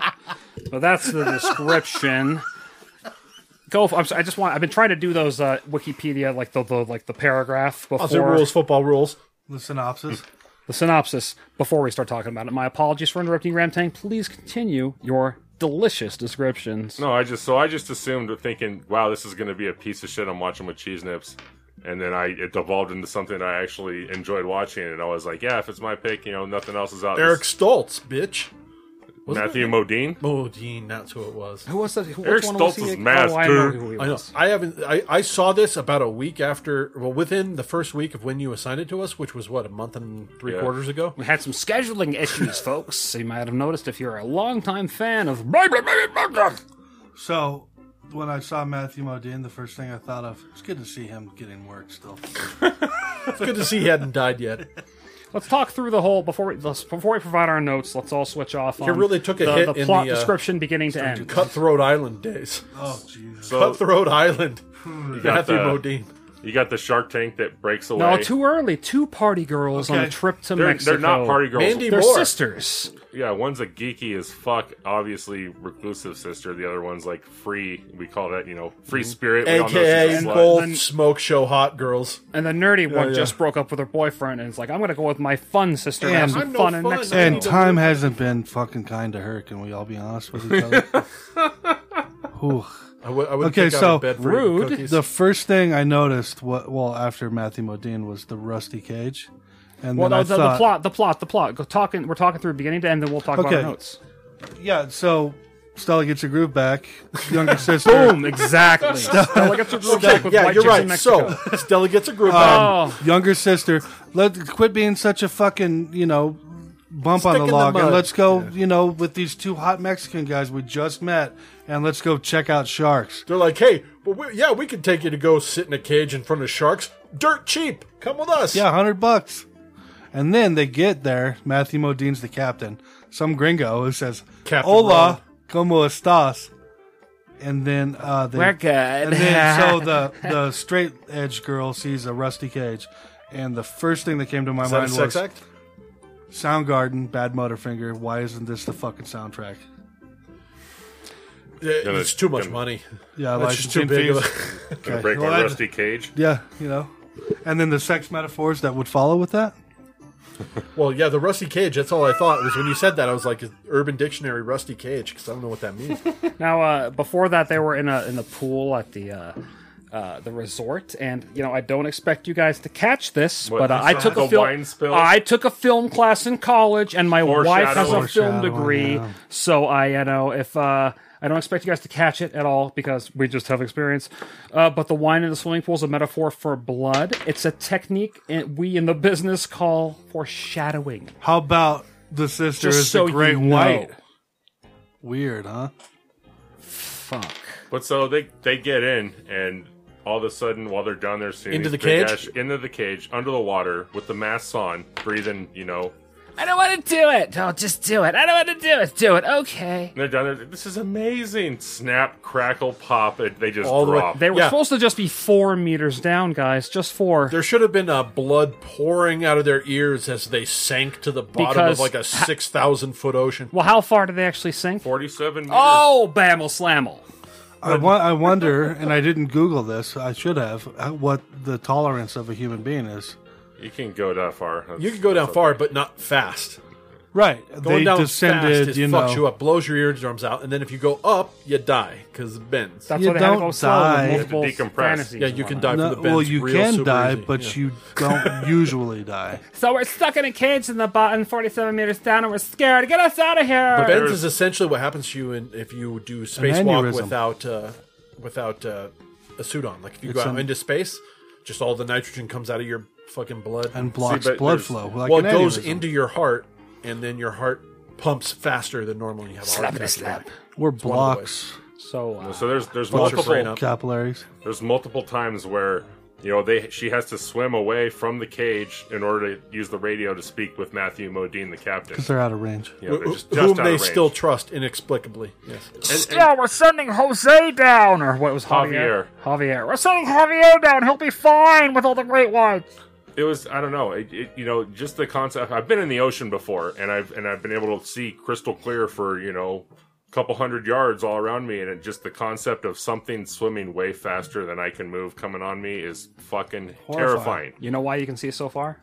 Speaker 4: But that's the description. Go. For, I'm sorry, I just want. I've been trying to do those uh, Wikipedia like the, the like the paragraph before
Speaker 3: Aussie rules, football rules.
Speaker 2: The synopsis.
Speaker 4: the synopsis before we start talking about it. My apologies for interrupting Ramtang. Please continue your delicious descriptions.
Speaker 5: No, I just so I just assumed, thinking, "Wow, this is going to be a piece of shit." I'm watching with cheese nips, and then I it devolved into something I actually enjoyed watching, and I was like, "Yeah, if it's my pick, you know, nothing else is out."
Speaker 3: Eric Stoltz, bitch.
Speaker 5: Matthew Modine.
Speaker 3: Oh, Dean, that's who it was.
Speaker 4: Who was that? Who,
Speaker 5: Eric
Speaker 4: which one was
Speaker 5: Stoltz
Speaker 4: he?
Speaker 5: was
Speaker 4: again?
Speaker 5: mad,
Speaker 4: oh, I know
Speaker 5: dude.
Speaker 4: who he
Speaker 3: I know.
Speaker 4: was.
Speaker 3: I haven't. I, I saw this about a week after. Well, within the first week of when you assigned it to us, which was what a month and three
Speaker 5: Yeah.
Speaker 3: quarters ago.
Speaker 4: We had some scheduling issues, folks. You might have noticed if you're a longtime fan of. blah, blah, blah, blah, blah.
Speaker 2: So when I saw Matthew Modine, the first thing I thought of it's good to see him getting work still.
Speaker 3: It's good to see he hadn't died yet.
Speaker 4: Let's talk through the whole before we let's, before we provide our notes. Let's all switch off. on
Speaker 3: really took a
Speaker 4: the,
Speaker 3: hit
Speaker 4: the
Speaker 3: in
Speaker 4: plot
Speaker 3: the, uh,
Speaker 4: description beginning to end.
Speaker 3: Cutthroat Island days.
Speaker 2: Oh Jesus!
Speaker 5: So
Speaker 3: Cutthroat Island.
Speaker 5: got
Speaker 3: Matthew
Speaker 5: the-
Speaker 3: Modine.
Speaker 5: you got the Shark Tank that breaks away.
Speaker 4: No, too early. Two party girls on a
Speaker 2: Okay.
Speaker 4: trip to
Speaker 5: They're,
Speaker 4: Mexico.
Speaker 5: they're not party girls.
Speaker 3: Mandy
Speaker 4: They're
Speaker 3: Moore.
Speaker 4: sisters.
Speaker 5: Yeah, one's a geeky as fuck, obviously reclusive sister. The other one's like free. We call that, you know, free spirit. We all know she's a
Speaker 3: AKA
Speaker 5: slut.
Speaker 3: both
Speaker 4: And-
Speaker 3: smoke show hot girls.
Speaker 4: And the nerdy one
Speaker 3: yeah.
Speaker 4: just broke up with her boyfriend and is like, I'm going to go with my fun sister and have
Speaker 2: And-
Speaker 4: some
Speaker 3: I'm no
Speaker 4: fun in
Speaker 3: fun.
Speaker 4: Mexico.
Speaker 2: And time hasn't been fucking kind to her. Can we all be honest with each other? Whew.
Speaker 3: I would. I would
Speaker 2: Okay,
Speaker 3: kick out
Speaker 2: so
Speaker 3: of bed for
Speaker 4: rude.
Speaker 3: eating Cookies.
Speaker 2: The first thing I noticed, what well after Matthew Modine was the rusty cage, and
Speaker 4: well,
Speaker 2: then
Speaker 4: no,
Speaker 2: I
Speaker 4: the,
Speaker 2: thought,
Speaker 4: the plot, the plot, the plot. Go talking. We're talking through beginning to end, then we'll talk about our
Speaker 2: Okay.
Speaker 4: notes.
Speaker 2: yeah. So Stella gets her groove back. Younger sister,
Speaker 4: Boom! Exactly. Stella gets her groove back with
Speaker 3: yeah,
Speaker 4: white
Speaker 3: you're
Speaker 4: chicks in
Speaker 3: right.
Speaker 4: Mexico.
Speaker 3: So Stella gets a group.
Speaker 4: oh,
Speaker 2: younger sister, let quit being such a fucking you know bump
Speaker 3: Stick
Speaker 2: on
Speaker 3: in
Speaker 2: the
Speaker 3: the
Speaker 2: log, and
Speaker 3: mud.
Speaker 2: let's go you know with these two hot Mexican guys we just met, and let's go check out sharks.
Speaker 3: They're like, hey, well, we, yeah, we could take you to go sit in a cage in front of sharks. Dirt cheap. Come with us.
Speaker 2: Yeah, hundred bucks. And then they get there. Matthew Modine's the captain. Some gringo who says, Hola, ¿cómo estás? And then uh, they,
Speaker 11: We're good.
Speaker 2: And then so the the straight edge girl sees a rusty cage, and the first thing that came to my
Speaker 3: Is that a
Speaker 2: mind was
Speaker 3: sex act?
Speaker 2: Soundgarden, Bad Motorfinger. Why isn't this the fucking soundtrack?
Speaker 3: Yeah, it's too much money.
Speaker 2: Yeah,
Speaker 3: That's
Speaker 2: license
Speaker 3: just too big. Of
Speaker 2: fees.
Speaker 3: a...
Speaker 5: Gonna break my
Speaker 2: Well, I-
Speaker 5: rusty cage.
Speaker 2: Yeah, you know, and then the sex metaphors that would follow with that.
Speaker 3: Well, yeah, the rusty cage. That's all I thought was when you said that. I was like, Urban Dictionary, rusty cage, because I don't know what that means.
Speaker 4: Now, uh, before that, they were in a in the pool at the uh, uh, the resort, and you know I don't expect you guys to catch this,
Speaker 5: What,
Speaker 4: but uh,
Speaker 5: you
Speaker 4: I
Speaker 5: saw
Speaker 4: took
Speaker 5: the
Speaker 4: a film.
Speaker 5: wine spill?
Speaker 4: I took a film class in college, and my wife has a
Speaker 5: Foreshadowing.
Speaker 4: film degree,
Speaker 5: Foreshadowing,
Speaker 4: so I you know if. Uh, I don't expect you guys to catch it at all because we just have experience. Uh, but the wine in the swimming pool is a metaphor for blood. It's a technique in, we in the business call foreshadowing.
Speaker 2: How about the sister
Speaker 4: Just
Speaker 2: is
Speaker 4: so
Speaker 2: the Great
Speaker 4: you know.
Speaker 2: White? Weird, huh?
Speaker 4: Fuck.
Speaker 5: But so they they get in, and all of a sudden, while they're down there, seeing
Speaker 3: Into
Speaker 5: these
Speaker 3: the
Speaker 5: big
Speaker 3: cage?
Speaker 5: ass- into the cage, under the water, with the masks on, breathing. You know,
Speaker 11: I don't want to do it. Oh, just do it. I don't want to do it. Do it. Okay.
Speaker 5: and they're down there. This is amazing! Snap, crackle, pop, and they just
Speaker 3: All the way-
Speaker 5: drop.
Speaker 4: They were
Speaker 3: Yeah.
Speaker 4: supposed to just be four meters down, guys. Just four.
Speaker 3: There should have been uh, blood pouring out of their ears as they sank to the bottom
Speaker 4: Because
Speaker 3: of like a six thousand foot ocean.
Speaker 4: Well, how far did they actually sink?
Speaker 5: Forty-seven. Meters.
Speaker 4: Oh, Bamel Slamel.
Speaker 2: I, wa- I wonder, and I didn't Google this. I should have. uh, What the tolerance of a human being is?
Speaker 5: You can go that far. That's-
Speaker 3: You can go down
Speaker 5: that's
Speaker 3: far, but not fast.
Speaker 2: Right.
Speaker 3: Going
Speaker 2: they
Speaker 3: down
Speaker 2: descended.
Speaker 3: fast is
Speaker 2: you know,
Speaker 3: fucks you up, blows your eardrums out, and then if you go up, you die because it bends.
Speaker 4: That's You why they had to don't go slow with die.
Speaker 3: You
Speaker 4: multiple
Speaker 3: have to decompress.
Speaker 4: fantasies
Speaker 3: Yeah,
Speaker 4: and
Speaker 3: you can die
Speaker 4: whatnot.
Speaker 2: No,
Speaker 3: from the bends.
Speaker 2: well, you
Speaker 3: real
Speaker 2: can
Speaker 3: super
Speaker 2: die,
Speaker 3: easy.
Speaker 2: but
Speaker 3: Yeah.
Speaker 2: you don't usually die.
Speaker 4: So we're stuck in a cage in the bottom, 47 meters down, and we're scared. Get us out of here.
Speaker 3: The bends is essentially what happens to you in, if you do spacewalk
Speaker 2: aneurysm.
Speaker 3: without uh, without uh, a suit on. Like if you go
Speaker 2: It's
Speaker 3: out
Speaker 2: an-
Speaker 3: into space, just all the nitrogen comes out of your fucking blood
Speaker 2: And blocks
Speaker 5: but
Speaker 2: blood
Speaker 5: there's-
Speaker 2: flow. Like
Speaker 3: well,
Speaker 2: an
Speaker 3: it goes
Speaker 2: aneurysm.
Speaker 3: into your heart, and then your heart pumps faster than normal. You have a heart attack.
Speaker 2: We're
Speaker 3: one of the
Speaker 2: blocks.
Speaker 4: so, uh,
Speaker 5: So there's there's
Speaker 2: Bunch of
Speaker 5: multiple
Speaker 2: capillaries.
Speaker 5: there's multiple times where you know they she has to swim away from the cage in order to use the radio to speak with Matthew Modine, the captain.
Speaker 2: Because they're out of range.
Speaker 5: You know, they're just, just
Speaker 3: Whom
Speaker 5: out
Speaker 3: they
Speaker 5: of range.
Speaker 3: still trust inexplicably. Yes.
Speaker 4: Still, we're sending Jose down, or what was Javier? Javier. We're sending Javier down. He'll be fine with all the great whites.
Speaker 5: it was I don't know it, it, you know just the concept I've been in the ocean before and I've and I've been able to see crystal clear for you know a couple hundred yards all around me and it, just the concept of something swimming way faster than I can move coming on me is fucking terrifying
Speaker 4: You know why you can see so far?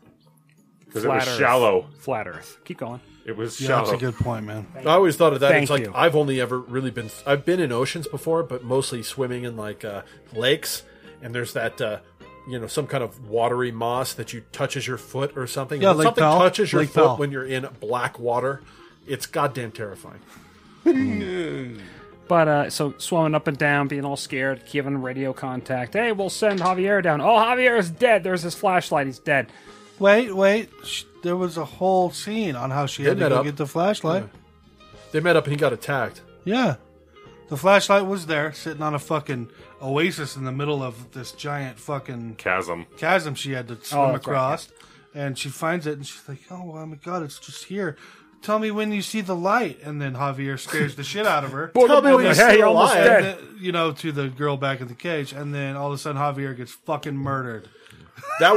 Speaker 5: because it was
Speaker 4: Flat Earth.
Speaker 5: shallow
Speaker 4: Flat Earth. Keep going.
Speaker 5: it was
Speaker 2: Yeah,
Speaker 5: shallow
Speaker 2: that's a good point, man.
Speaker 3: I always thought of that.
Speaker 4: Thank
Speaker 3: it's like
Speaker 4: you.
Speaker 3: I've only ever really been. I've been in oceans before, but mostly swimming in like uh, lakes. And there's that, uh, you know, some kind of watery moss that you touches your foot or something.
Speaker 2: Yeah,
Speaker 3: And when
Speaker 2: Lake
Speaker 3: something
Speaker 2: Powell.
Speaker 3: touches your
Speaker 2: Lake
Speaker 3: foot
Speaker 2: Powell.
Speaker 3: when you're in black water. It's goddamn terrifying.
Speaker 4: But uh, so swimming up and down, being all scared, giving radio contact. Hey, we'll send Javier down. Oh, Javier is dead. There's his flashlight. He's dead.
Speaker 2: Wait, wait. Sh- There was a whole scene on how she had
Speaker 3: Isn't
Speaker 2: to
Speaker 3: that
Speaker 2: go
Speaker 3: up?
Speaker 2: get the flashlight.
Speaker 3: They met up and he got attacked.
Speaker 2: Yeah. The flashlight was there, sitting on a fucking oasis in the middle of this giant fucking
Speaker 5: chasm
Speaker 2: chasm she had to swim
Speaker 4: that's right,
Speaker 2: across. And she finds it and she's like, oh, well, my God, it's just here. Tell me when you see the light. And then Javier scares the shit out of her.
Speaker 3: Tell me when
Speaker 4: Hey,
Speaker 3: you're still
Speaker 4: you're almost
Speaker 3: alive.
Speaker 4: dead.
Speaker 2: And then, you know, to the girl back in the cage. And then all of a sudden, Javier gets fucking murdered.
Speaker 3: That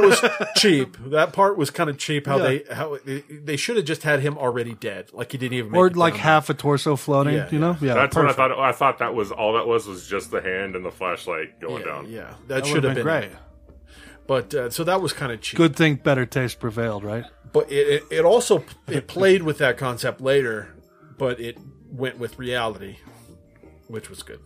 Speaker 3: was cheap. That part was kind of cheap. How
Speaker 2: Yeah.
Speaker 3: they how they, they should have just had him already dead. Like he didn't even make
Speaker 2: Or
Speaker 3: it
Speaker 2: like
Speaker 3: down.
Speaker 2: half a torso floating,
Speaker 3: Yeah,
Speaker 2: you know? Yeah,
Speaker 5: that's
Speaker 2: perfect.
Speaker 5: what I thought I thought that was all that was was just the hand and the flashlight going down
Speaker 3: Yeah, that,
Speaker 2: That
Speaker 3: should have been,
Speaker 2: great.
Speaker 3: But uh, so that was kind of cheap.
Speaker 2: Good thing better taste prevailed, right?
Speaker 3: but it, it, it also it played with that concept later but it went with reality which was good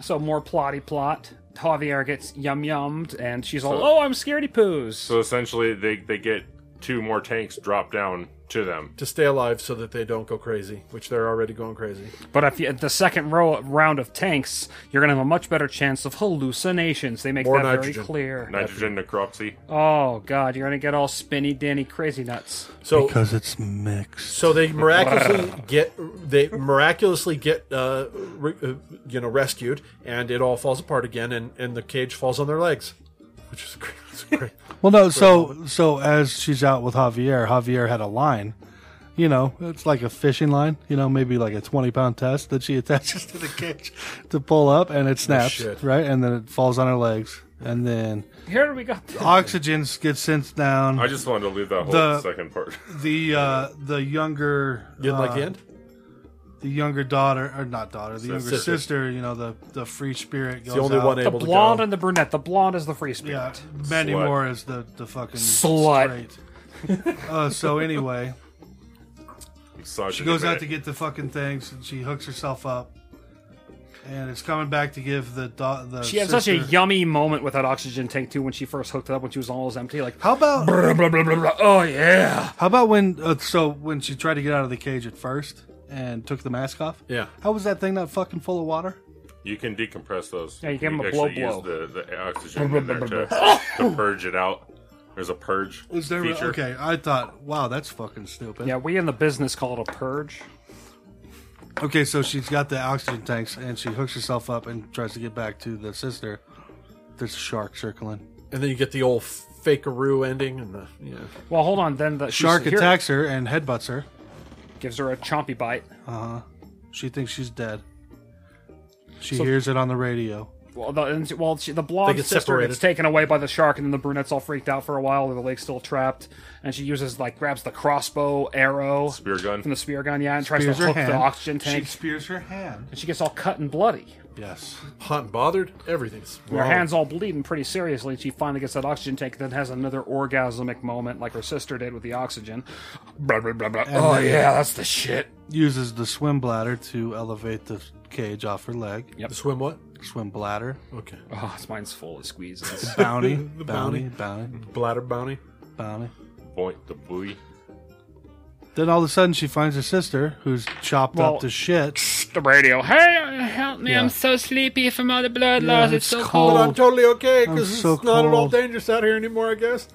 Speaker 4: So more plotty plot. Javier gets yum yummed, and she's all, "Oh, I'm scaredy poos."
Speaker 5: so essentially they they get two more tanks dropped down to them
Speaker 3: to stay alive so that they don't go crazy which they're already going crazy
Speaker 4: but if you, the second row round of tanks, you're gonna have a much better chance of hallucinations. They make
Speaker 3: More
Speaker 4: that
Speaker 3: nitrogen.
Speaker 4: very clear.
Speaker 5: nitrogen necropsy
Speaker 4: Oh God, you're gonna get all spinny danny crazy nuts.
Speaker 3: so
Speaker 2: Because it's mixed.
Speaker 3: so they miraculously get they miraculously get uh, re, uh, you know rescued and it all falls apart again and and the cage falls on their legs which is great
Speaker 2: Well, no. So, so as she's out with Javier, Javier had a line. You know, it's like a fishing line. You know, maybe like a twenty-pound test that she attaches to the cage to pull up, and it snaps
Speaker 3: shit.
Speaker 2: right, and then it falls on her legs, and then
Speaker 4: Here we go.
Speaker 2: oxygen gets sent down.
Speaker 5: I just wanted to leave that whole
Speaker 2: The-
Speaker 5: second part.
Speaker 2: the uh, the younger
Speaker 5: You didn't like
Speaker 2: uh,
Speaker 5: the end?
Speaker 2: The younger daughter, or not daughter, the
Speaker 5: Sister.
Speaker 2: younger sister.
Speaker 5: Sister.
Speaker 2: You know, the the free spirit. Goes
Speaker 3: the only
Speaker 2: out.
Speaker 3: one
Speaker 4: The
Speaker 3: able to go.
Speaker 4: blonde and the brunette. The blonde is the free spirit.
Speaker 2: Yeah, Mandy
Speaker 4: Slut.
Speaker 2: Moore is the the fucking
Speaker 4: Slut.
Speaker 2: straight. uh, so anyway, she
Speaker 5: Misogyny
Speaker 2: goes out
Speaker 5: minute.
Speaker 2: to get the fucking things, and she hooks herself up, and it's coming back to give the da- the.
Speaker 4: She had such a
Speaker 2: sister-
Speaker 4: yummy moment with that oxygen tank too when she first hooked it up when she was almost empty. Like
Speaker 2: how about
Speaker 4: blah, blah, blah, blah, blah. oh yeah.
Speaker 2: How about when? Uh, so when she tried to get out of the cage at first and took the mask off.
Speaker 5: Yeah.
Speaker 2: How was that thing not fucking full of water?
Speaker 5: You can decompress those.
Speaker 4: Yeah, you give 'em a
Speaker 5: actually
Speaker 4: blow blow.
Speaker 5: Use the, the oxygen
Speaker 2: Blah,
Speaker 5: in there
Speaker 2: blah,
Speaker 5: to,
Speaker 2: blah, blah.
Speaker 5: to purge it out. There's a purge
Speaker 2: Was there
Speaker 5: feature.
Speaker 2: okay? I thought, wow, that's fucking stupid.
Speaker 4: Yeah, we in the business call it a purge.
Speaker 2: Okay, so she's got the oxygen tanks and she hooks herself up and tries to get back to the sister. There's a shark circling.
Speaker 3: And then you get the old fakeroo ending and the yeah.
Speaker 4: Well, hold on. Then the
Speaker 2: shark
Speaker 4: she's here,
Speaker 2: attacks her and headbutts her.
Speaker 4: gives her a chompy bite.
Speaker 2: Uh huh. She thinks she's dead. She
Speaker 4: So-
Speaker 2: hears it on the radio.
Speaker 4: Well, the, and- well she, the blonde
Speaker 2: They get
Speaker 4: sister
Speaker 2: separated.
Speaker 4: gets taken away by the shark, and then the brunette's all freaked out for a while, and the lake's still trapped. And she uses like grabs the crossbow arrow,
Speaker 5: spear gun
Speaker 4: from the spear gun, yeah, and tries
Speaker 2: Spears
Speaker 4: to
Speaker 2: her
Speaker 4: hook the
Speaker 2: hand.
Speaker 4: oxygen
Speaker 2: She
Speaker 4: tank.
Speaker 2: spears her hand,
Speaker 4: and she gets all cut and bloody.
Speaker 2: Yes.
Speaker 3: Hot and bothered? Everything's
Speaker 4: And Her hand's all bleeding pretty seriously, and she finally gets that oxygen tank, then has another orgasmic moment like her sister did with the oxygen. Blah, blah, blah, blah.
Speaker 2: And
Speaker 4: Oh,
Speaker 2: then
Speaker 4: yeah, that's the shit.
Speaker 2: Uses the swim bladder to elevate the cage off her leg.
Speaker 4: Yep. The
Speaker 3: swim what?
Speaker 2: Swim bladder.
Speaker 3: Okay.
Speaker 4: Oh, this mine's full of squeezes.
Speaker 2: Bounty.
Speaker 3: The
Speaker 2: bounty.
Speaker 3: bounty.
Speaker 2: Bounty.
Speaker 3: Bladder bounty.
Speaker 2: Bounty.
Speaker 5: point the buoy.
Speaker 2: Then all of a sudden she finds her sister, who's chopped
Speaker 4: Well,
Speaker 2: up to shit.
Speaker 4: the radio.
Speaker 11: Hey, uh, help me.
Speaker 2: Yeah.
Speaker 11: I'm so sleepy from all the blood
Speaker 2: Yeah,
Speaker 11: loss. It's,
Speaker 2: it's
Speaker 11: so cold.
Speaker 2: cold.
Speaker 3: But I'm totally okay
Speaker 2: Oh. I'm
Speaker 3: because
Speaker 2: so
Speaker 3: it's not at all
Speaker 2: cold.
Speaker 3: dangerous out here anymore, I guess.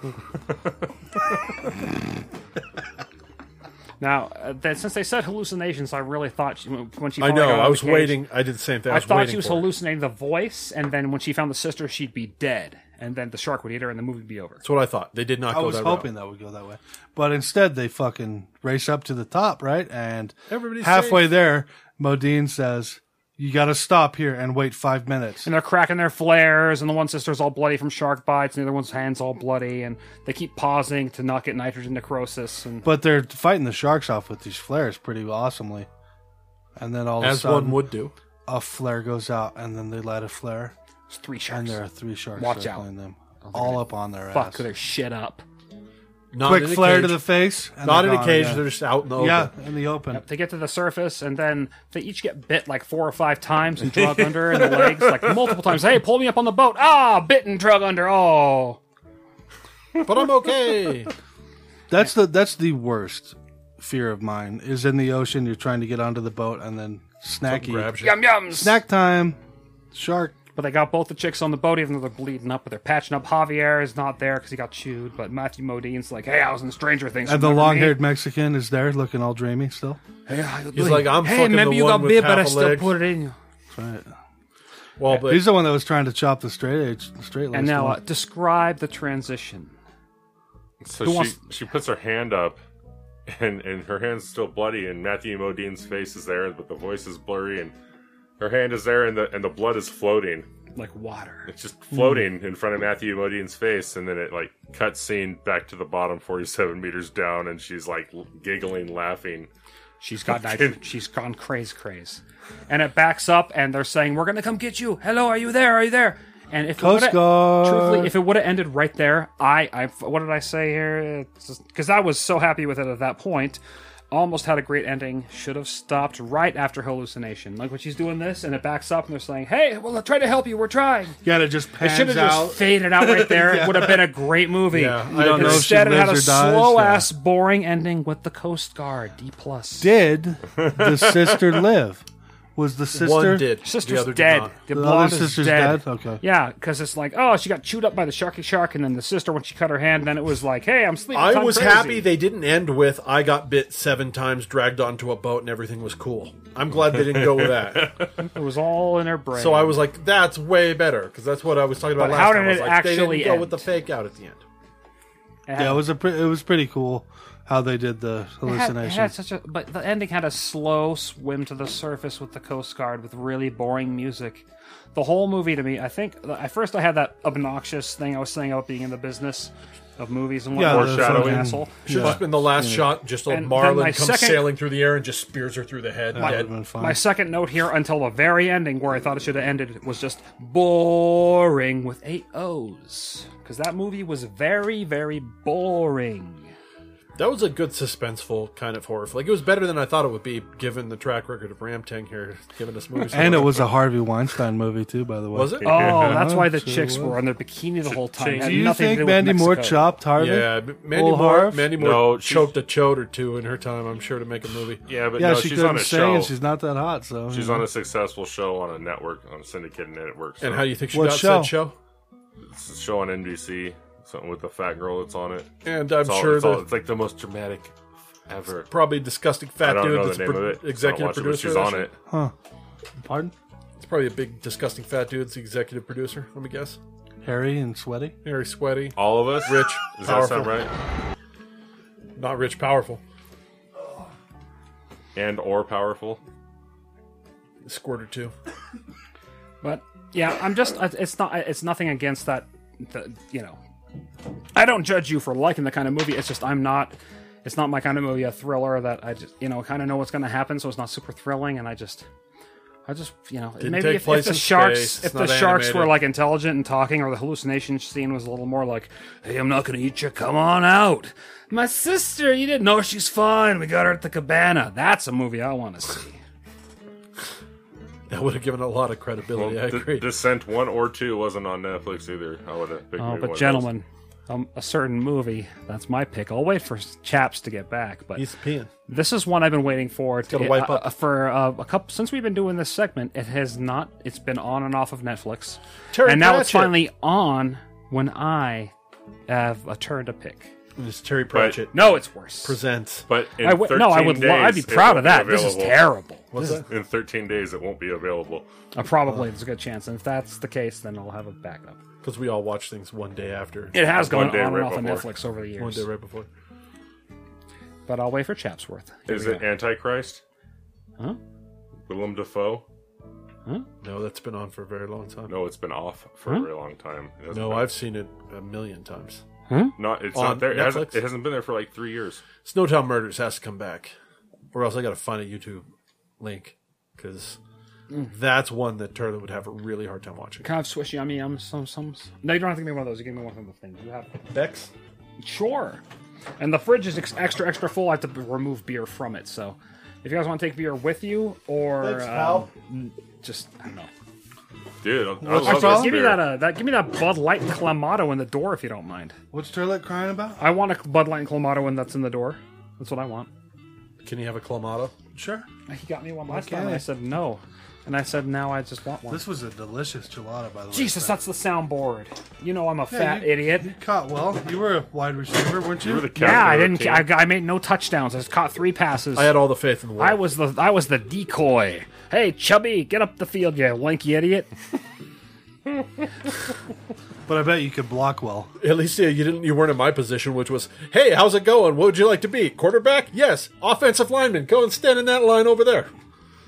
Speaker 4: Now, uh, that, since they said hallucinations, I really thought she, when she
Speaker 3: I
Speaker 4: finally
Speaker 3: know,
Speaker 4: got out
Speaker 3: I
Speaker 4: of
Speaker 3: was
Speaker 4: the cage,
Speaker 3: waiting- I did the same thing, I was
Speaker 4: thought
Speaker 3: waiting
Speaker 4: she was
Speaker 3: for it.
Speaker 4: hallucinating the voice, and then when she found the sister, she'd be dead, and then the shark would eat her, and the movie would be over.
Speaker 3: That's what I thought. They did not
Speaker 2: I
Speaker 3: go
Speaker 2: was
Speaker 3: that
Speaker 2: hoping that would go that way. But instead, they fucking race up to the top, right? And
Speaker 3: Everybody's
Speaker 2: halfway
Speaker 3: safe.
Speaker 2: there, Modine says, "You got to stop here and wait five minutes."
Speaker 4: And they're cracking their flares, and the one sister's all bloody from shark bites, and the other one's hands all bloody, and they keep pausing to not get nitrogen necrosis. And
Speaker 2: But they're fighting the sharks off with these flares pretty awesomely. And then all of a
Speaker 3: As one
Speaker 2: sudden,
Speaker 3: would do.
Speaker 2: a flare goes out, and then they light a flare.
Speaker 4: There's three sharks.
Speaker 2: And there are three sharks
Speaker 4: Watch
Speaker 2: circling
Speaker 4: out.
Speaker 2: them,
Speaker 4: Oh, they're
Speaker 2: all
Speaker 4: gonna
Speaker 2: up on their
Speaker 4: fuck
Speaker 2: ass.
Speaker 4: their shit up.
Speaker 3: Not
Speaker 2: Quick
Speaker 3: in a
Speaker 2: flare to
Speaker 3: cage. Oh
Speaker 2: the face. and
Speaker 3: Not
Speaker 2: they're
Speaker 3: in a
Speaker 2: gone,
Speaker 3: cage,
Speaker 2: yeah.
Speaker 3: they're just out in the
Speaker 2: Yeah,
Speaker 3: open.
Speaker 2: in the open.
Speaker 4: Yep, they get to the surface, and then they each get bit like four or five times and drug under, and the legs like multiple times. Hey, pull me up on the boat. Ah, bitten, drug under. Oh.
Speaker 3: But I'm okay.
Speaker 2: That's the that's the worst fear of mine is in the ocean. You're trying to get onto the boat and then snacky
Speaker 3: grabs
Speaker 4: Yum yums.
Speaker 2: snack time shark.
Speaker 4: But they got both the chicks on the boat, even though they're bleeding up. But they're patching up. Javier is not there because he got chewed. But Matthew Modine's like, "Hey, I was in Stranger Things."
Speaker 2: And the
Speaker 4: remember me?"
Speaker 2: long haired Mexican is there looking all dreamy still.
Speaker 4: Hey, I-
Speaker 3: He's like, I'm
Speaker 4: hey,
Speaker 3: fucking
Speaker 4: maybe
Speaker 3: the
Speaker 4: you
Speaker 3: one
Speaker 4: got
Speaker 3: with
Speaker 4: bit, but
Speaker 3: half
Speaker 4: I
Speaker 3: a
Speaker 4: still
Speaker 3: leg."
Speaker 4: put it in you.
Speaker 2: That's right.
Speaker 3: Well, but
Speaker 2: He's the one that was trying to chop the straight edge straight
Speaker 4: And now uh, describe the transition.
Speaker 5: So
Speaker 4: Who
Speaker 5: she,
Speaker 4: wants-
Speaker 5: she puts her hand up, and and her hand's still bloody, and Matthew Modine's face is there, but the voice is blurry, and her hand is there, and the and the blood is floating.
Speaker 4: Like water.
Speaker 5: It's just
Speaker 2: Hmm.
Speaker 5: floating in front of Matthew Modine's face, and then it like cuts scene back to the bottom, forty-seven meters down, and she's like l- giggling, laughing.
Speaker 4: She's got nitrogen. She's gone craze craze. And it backs up, and they're saying, "We're gonna come get you." Hello, are you there? Are you there? And if it
Speaker 2: Coast
Speaker 4: would've-
Speaker 2: Guard.
Speaker 4: truthfully, if it would have ended right there, I, I, what did I say here? Because I was so happy with it at that point. Almost had a great ending. Should have stopped right after hallucination. Like when she's doing this, and it backs up, and they're saying, "Hey, well, try to help you. We're trying."
Speaker 2: Yeah, it just
Speaker 4: It should
Speaker 2: pans
Speaker 4: have
Speaker 2: out.
Speaker 4: just faded out right there.
Speaker 2: Yeah.
Speaker 4: It would have been a great movie.
Speaker 2: Yeah, You I don't know if she
Speaker 4: Instead, it had a
Speaker 2: lives or dies,
Speaker 4: slow
Speaker 2: yeah.
Speaker 4: ass, boring ending with the Coast Guard. D plus.
Speaker 2: Did the sister live? was the sister.
Speaker 3: One did.
Speaker 4: Sister's dead. The,
Speaker 2: The
Speaker 4: blonde
Speaker 2: other sister's
Speaker 4: is dead.
Speaker 2: dead. Okay.
Speaker 4: Yeah, because it's like, oh, she got chewed up by the sharky shark, and then the sister, when she cut her hand, then it was like, hey, I'm sleeping.
Speaker 3: I
Speaker 4: I'm
Speaker 3: was
Speaker 4: crazy.
Speaker 3: happy they didn't end with I got bit seven times, dragged onto a boat, and everything was cool. I'm glad they didn't go with that.
Speaker 4: it was all in her brain.
Speaker 3: So I was like, that's way better because that's what I was talking about
Speaker 4: But
Speaker 3: last
Speaker 4: how
Speaker 3: time.
Speaker 4: did
Speaker 3: I was
Speaker 4: it
Speaker 3: like, they
Speaker 4: actually
Speaker 3: didn't go
Speaker 4: end?
Speaker 3: with the fake out at the end?
Speaker 2: Yeah, it was a pre- it was pretty cool how they did the
Speaker 4: It had- it
Speaker 2: hallucination.
Speaker 4: had such a, but the ending had a slow swim to the surface with the Coast Guard with really boring music. The whole movie to me, I think, at first I had that obnoxious thing I was saying about being in the business of movies and
Speaker 3: Yeah,
Speaker 4: whatnot.
Speaker 3: the Foreshadowing. fucking-
Speaker 4: Asshole.
Speaker 3: Should've just been the last shot, just a
Speaker 4: And then
Speaker 3: Marlin
Speaker 4: my
Speaker 3: comes
Speaker 4: second-
Speaker 3: sailing through the air and just spears her through the head.
Speaker 4: My,
Speaker 3: dead.
Speaker 4: my second note here until the very ending where I thought it should have ended was just boring with eight O's. Because that movie was very, very boring.
Speaker 3: That was a good suspenseful kind of horror flick. It was better than I thought it would be, given the track record of Ramtang here giving us movies.
Speaker 2: and it was a Harvey Weinstein movie too, by the way.
Speaker 3: Was it?
Speaker 4: Oh, that's why the
Speaker 2: sure
Speaker 4: chicks
Speaker 2: was.
Speaker 4: were on their bikini the whole time. It had
Speaker 2: Do you
Speaker 4: nothing to
Speaker 2: think
Speaker 4: do with
Speaker 2: Mandy Moore
Speaker 4: Mexico.
Speaker 2: chopped Harvey?
Speaker 3: Yeah, but Mandy
Speaker 2: Old
Speaker 3: Moore.
Speaker 2: Harv?
Speaker 3: Mandy Moore
Speaker 5: No, she's-
Speaker 3: choked a chode or two in her time, I'm sure, to make a movie.
Speaker 5: Yeah, but
Speaker 2: yeah,
Speaker 5: no,
Speaker 2: she
Speaker 5: she's
Speaker 2: couldn't
Speaker 5: on a
Speaker 2: sing,
Speaker 5: show.
Speaker 2: and she's not that hot. So
Speaker 5: She's
Speaker 2: you
Speaker 5: on
Speaker 2: know.
Speaker 5: a successful show on a network, on a syndicated network.
Speaker 3: Mm-hmm. And how do you think she
Speaker 2: What
Speaker 3: got
Speaker 2: show?
Speaker 3: said show?
Speaker 5: It's a show on NBC, something with the fat girl that's on it.
Speaker 3: And I'm
Speaker 5: It's all-
Speaker 3: sure
Speaker 5: it's, all-
Speaker 3: the-
Speaker 5: it's like the most dramatic ever.
Speaker 3: Probably disgusting
Speaker 5: I
Speaker 3: fat
Speaker 5: don't
Speaker 3: dude
Speaker 5: know
Speaker 3: that's
Speaker 5: the name
Speaker 3: pro-
Speaker 5: of it.
Speaker 3: executive
Speaker 5: I don't watch it, but
Speaker 3: producer. of
Speaker 5: she's
Speaker 3: that
Speaker 5: on
Speaker 3: shit.
Speaker 5: it.
Speaker 2: Huh. Pardon?
Speaker 3: It's probably a big disgusting fat dude that's the executive producer, let me guess.
Speaker 2: Hairy and sweaty.
Speaker 3: Very sweaty.
Speaker 5: All of us,
Speaker 3: Rich.
Speaker 5: Does that
Speaker 3: powerful.
Speaker 5: sound right?
Speaker 3: Not rich, powerful.
Speaker 5: And or powerful.
Speaker 3: Squirt or two.
Speaker 4: But yeah, I'm just I- it's not it's nothing against that the, you know. I don't judge you for liking the kind of movie. It's just I'm not it's not my kind of movie, a thriller that I just, you know, kind of know what's going to happen, so it's not super thrilling and I just I just, you know,
Speaker 3: Didn't
Speaker 4: maybe
Speaker 3: take
Speaker 4: if, if
Speaker 3: place
Speaker 4: the
Speaker 3: in
Speaker 4: sharks
Speaker 3: space,
Speaker 4: if
Speaker 3: it's
Speaker 4: the
Speaker 3: not
Speaker 4: sharks were
Speaker 3: animated.
Speaker 4: like intelligent and talking or the hallucination scene was a little more like, "Hey, I'm not going to eat you. Come on out." My sister, you didn't know she's fine. We got her at the cabana. That's a movie I want to see.
Speaker 3: That would have given a lot of credibility, I
Speaker 5: D-
Speaker 3: agree.
Speaker 5: Descent one or two wasn't on Netflix either. I would have picked
Speaker 4: Oh,
Speaker 5: maybe one
Speaker 4: but
Speaker 5: of
Speaker 4: gentlemen, um, a certain movie. That's my pick. I'll wait for Chaps to get back, but
Speaker 3: He's peeing.
Speaker 4: this is one I've been waiting for. To
Speaker 3: gotta
Speaker 4: get-
Speaker 3: wipe
Speaker 4: uh,
Speaker 3: up.
Speaker 4: uh, for uh, a couple since we've been doing this segment. It has not. It's been on and off of Netflix,
Speaker 3: Terry
Speaker 4: and now it's
Speaker 3: Pratchett.
Speaker 4: finally on. When I have a turn to pick,
Speaker 3: It's Terry Pratchett
Speaker 4: no, it's worse.
Speaker 3: presents.
Speaker 5: But in
Speaker 4: I w- no, I
Speaker 5: 13
Speaker 4: would lo- I'd be
Speaker 5: days, it
Speaker 4: proud
Speaker 5: won't
Speaker 4: of
Speaker 5: be
Speaker 4: that. This is
Speaker 5: available.
Speaker 4: terrible.
Speaker 3: What's
Speaker 4: This is-
Speaker 3: that?
Speaker 5: In 13 days, it won't be available.
Speaker 4: uh, probably there's a good chance, and if that's the case, then I'll have a backup.
Speaker 3: Because we all watch things one day after.
Speaker 4: It has gone
Speaker 5: One
Speaker 4: on
Speaker 5: day
Speaker 4: and
Speaker 5: right
Speaker 4: off of
Speaker 5: before.
Speaker 4: Netflix over the
Speaker 3: One day
Speaker 4: years,
Speaker 3: right before.
Speaker 4: but I'll wait for Chapsworth. Here
Speaker 5: Is
Speaker 4: we
Speaker 5: it
Speaker 4: go.
Speaker 5: Antichrist?
Speaker 4: Huh?
Speaker 5: Willem Dafoe?
Speaker 3: No, that's been on for a very long time.
Speaker 5: No, it's been off for a
Speaker 4: Huh?
Speaker 5: very long time. It hasn't
Speaker 3: No,
Speaker 5: been-
Speaker 3: I've seen it a million times.
Speaker 4: uh,
Speaker 5: not. It's
Speaker 3: on
Speaker 5: not there. It hasn't,
Speaker 3: Netflix?
Speaker 5: it hasn't been there for like three years.
Speaker 3: Snowtown Murders has to come back, or else I got to find a YouTube link because that's one that Turley would have a really hard time watching.
Speaker 4: Kind of swishy yummy yum some some. No, you don't have to give me one of those. You give me one of the things you have.
Speaker 3: Bex,
Speaker 4: Sure. And the fridge is ex- extra extra full. I have to b- remove beer from it. So, if you guys want to take beer with you or um, n- just I don't know.
Speaker 5: Dude, I- I
Speaker 2: What's
Speaker 5: love
Speaker 2: wrong?
Speaker 5: this
Speaker 4: Give me
Speaker 5: beer.
Speaker 4: that uh, that give me that Bud Light and Clamato in the door if you don't mind.
Speaker 2: What's Turlet crying about?
Speaker 4: I want a Bud Light and Clamato when that's in the door. That's what I want.
Speaker 3: can you have a clamato?
Speaker 2: Sure.
Speaker 4: He got me one last
Speaker 2: Okay.
Speaker 4: time. And I said no, and I said now I just want one.
Speaker 2: This was a delicious gelato, by the way.
Speaker 4: Jesus, that's the soundboard. You know I'm a
Speaker 2: Yeah,
Speaker 4: fat
Speaker 2: you-
Speaker 4: idiot.
Speaker 2: You caught well. You were a wide receiver, weren't you?
Speaker 5: You were the
Speaker 4: Yeah, I
Speaker 5: captain of
Speaker 4: didn't.
Speaker 5: the
Speaker 4: I,
Speaker 5: team.
Speaker 4: I made no touchdowns. I just caught three passes.
Speaker 3: I had all the faith in the world.
Speaker 4: I was the I was the decoy. Hey, chubby, get up the field, you lanky idiot!
Speaker 2: But I bet you could block well.
Speaker 3: At least yeah, you didn't. You weren't in my position, which was, "Hey, how's it going? What would you like to be? Quarterback? Yes. Offensive lineman? Go and stand in that line over there."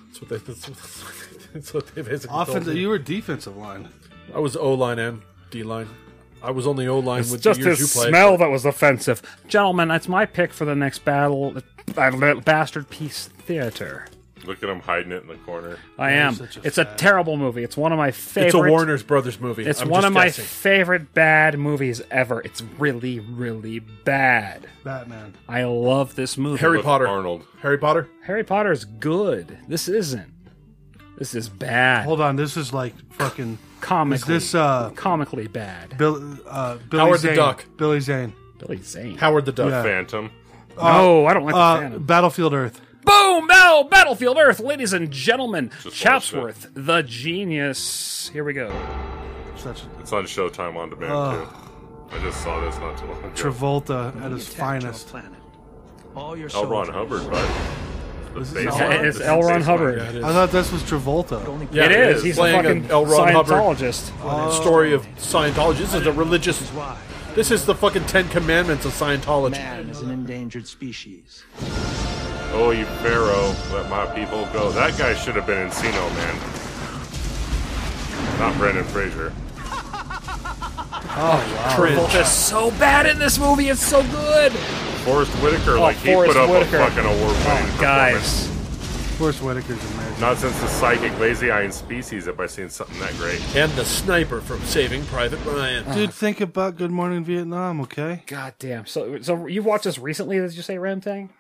Speaker 3: That's what they. That's what, that's what they basically. told
Speaker 2: Offensive.
Speaker 3: me.
Speaker 2: You were defensive line.
Speaker 3: I was O line and D line. I was only O line with
Speaker 4: Just
Speaker 3: the years
Speaker 4: his
Speaker 3: you played.
Speaker 4: smell that was offensive, gentlemen. That's my pick for the next battle. uh, little Bastard piece theater.
Speaker 5: Look at him hiding it in the corner.
Speaker 4: I am.
Speaker 2: such a
Speaker 4: it's a terrible movie. It's one of my favorite.
Speaker 3: It's a Warner's Brothers movie.
Speaker 4: It's
Speaker 3: I'm
Speaker 4: one
Speaker 3: just
Speaker 4: of my
Speaker 3: guessing.
Speaker 4: favorite bad movies ever. It's really, really bad.
Speaker 2: Batman.
Speaker 4: I love this movie.
Speaker 3: Harry
Speaker 5: Look,
Speaker 3: Potter.
Speaker 5: Arnold.
Speaker 3: Harry Potter.
Speaker 4: Harry Potter's good. This isn't. This is bad.
Speaker 2: Hold on. This is like fucking
Speaker 4: comically,
Speaker 2: Is this, uh,
Speaker 4: comically bad.
Speaker 2: Bill, uh, Billy
Speaker 3: Howard the
Speaker 2: Zane.
Speaker 3: Duck.
Speaker 2: Billy Zane.
Speaker 4: Billy Zane.
Speaker 3: Howard the Duck.
Speaker 2: Yeah.
Speaker 5: Phantom.
Speaker 4: no, I don't like the
Speaker 2: Uh,
Speaker 4: Phantom.
Speaker 2: Battlefield Earth.
Speaker 4: Boom! Battle, Battlefield Earth, ladies and gentlemen. Chapsworth, the genius. Here we go.
Speaker 5: It's on Showtime on demand
Speaker 2: Ugh.
Speaker 5: too. I just saw this not too long ago.
Speaker 2: Travolta at his finest.
Speaker 12: All your
Speaker 5: L. Ron Hubbard, bud. The
Speaker 2: This is
Speaker 5: bass
Speaker 2: L.
Speaker 5: line-
Speaker 2: Ron-
Speaker 4: It's
Speaker 5: the
Speaker 4: L. Ron
Speaker 5: bass line.
Speaker 4: Hubbard.
Speaker 2: I thought this was Travolta.
Speaker 4: Yeah, it it is. is. He's a
Speaker 3: playing
Speaker 4: fucking
Speaker 3: an L. Ron
Speaker 4: Scientologist.
Speaker 3: Hubbard. Story of Scientology. Oh. This is a religious. This is the fucking Ten Commandments of Scientology. Man is an endangered species.
Speaker 5: Oh, you Pharaoh, let my people go. That guy should have been Encino, man. Not Brendan Fraser.
Speaker 4: Oh,
Speaker 5: wow.
Speaker 4: Travolta's so bad in this movie. It's so good.
Speaker 5: Forrest Whitaker,
Speaker 4: Oh,
Speaker 5: like, he
Speaker 4: Forrest
Speaker 5: put up
Speaker 4: Whitaker. Oh,
Speaker 5: a fucking award winning
Speaker 4: Guys.
Speaker 2: Forrest Whitaker's amazing.
Speaker 5: Not since the psychic lazy iron species have I seen something that great.
Speaker 3: And the sniper from Saving Private Ryan.
Speaker 2: Dude, think about Good Morning Vietnam, okay?
Speaker 4: God damn. So, so you watched this recently? Did you say Ram Thing?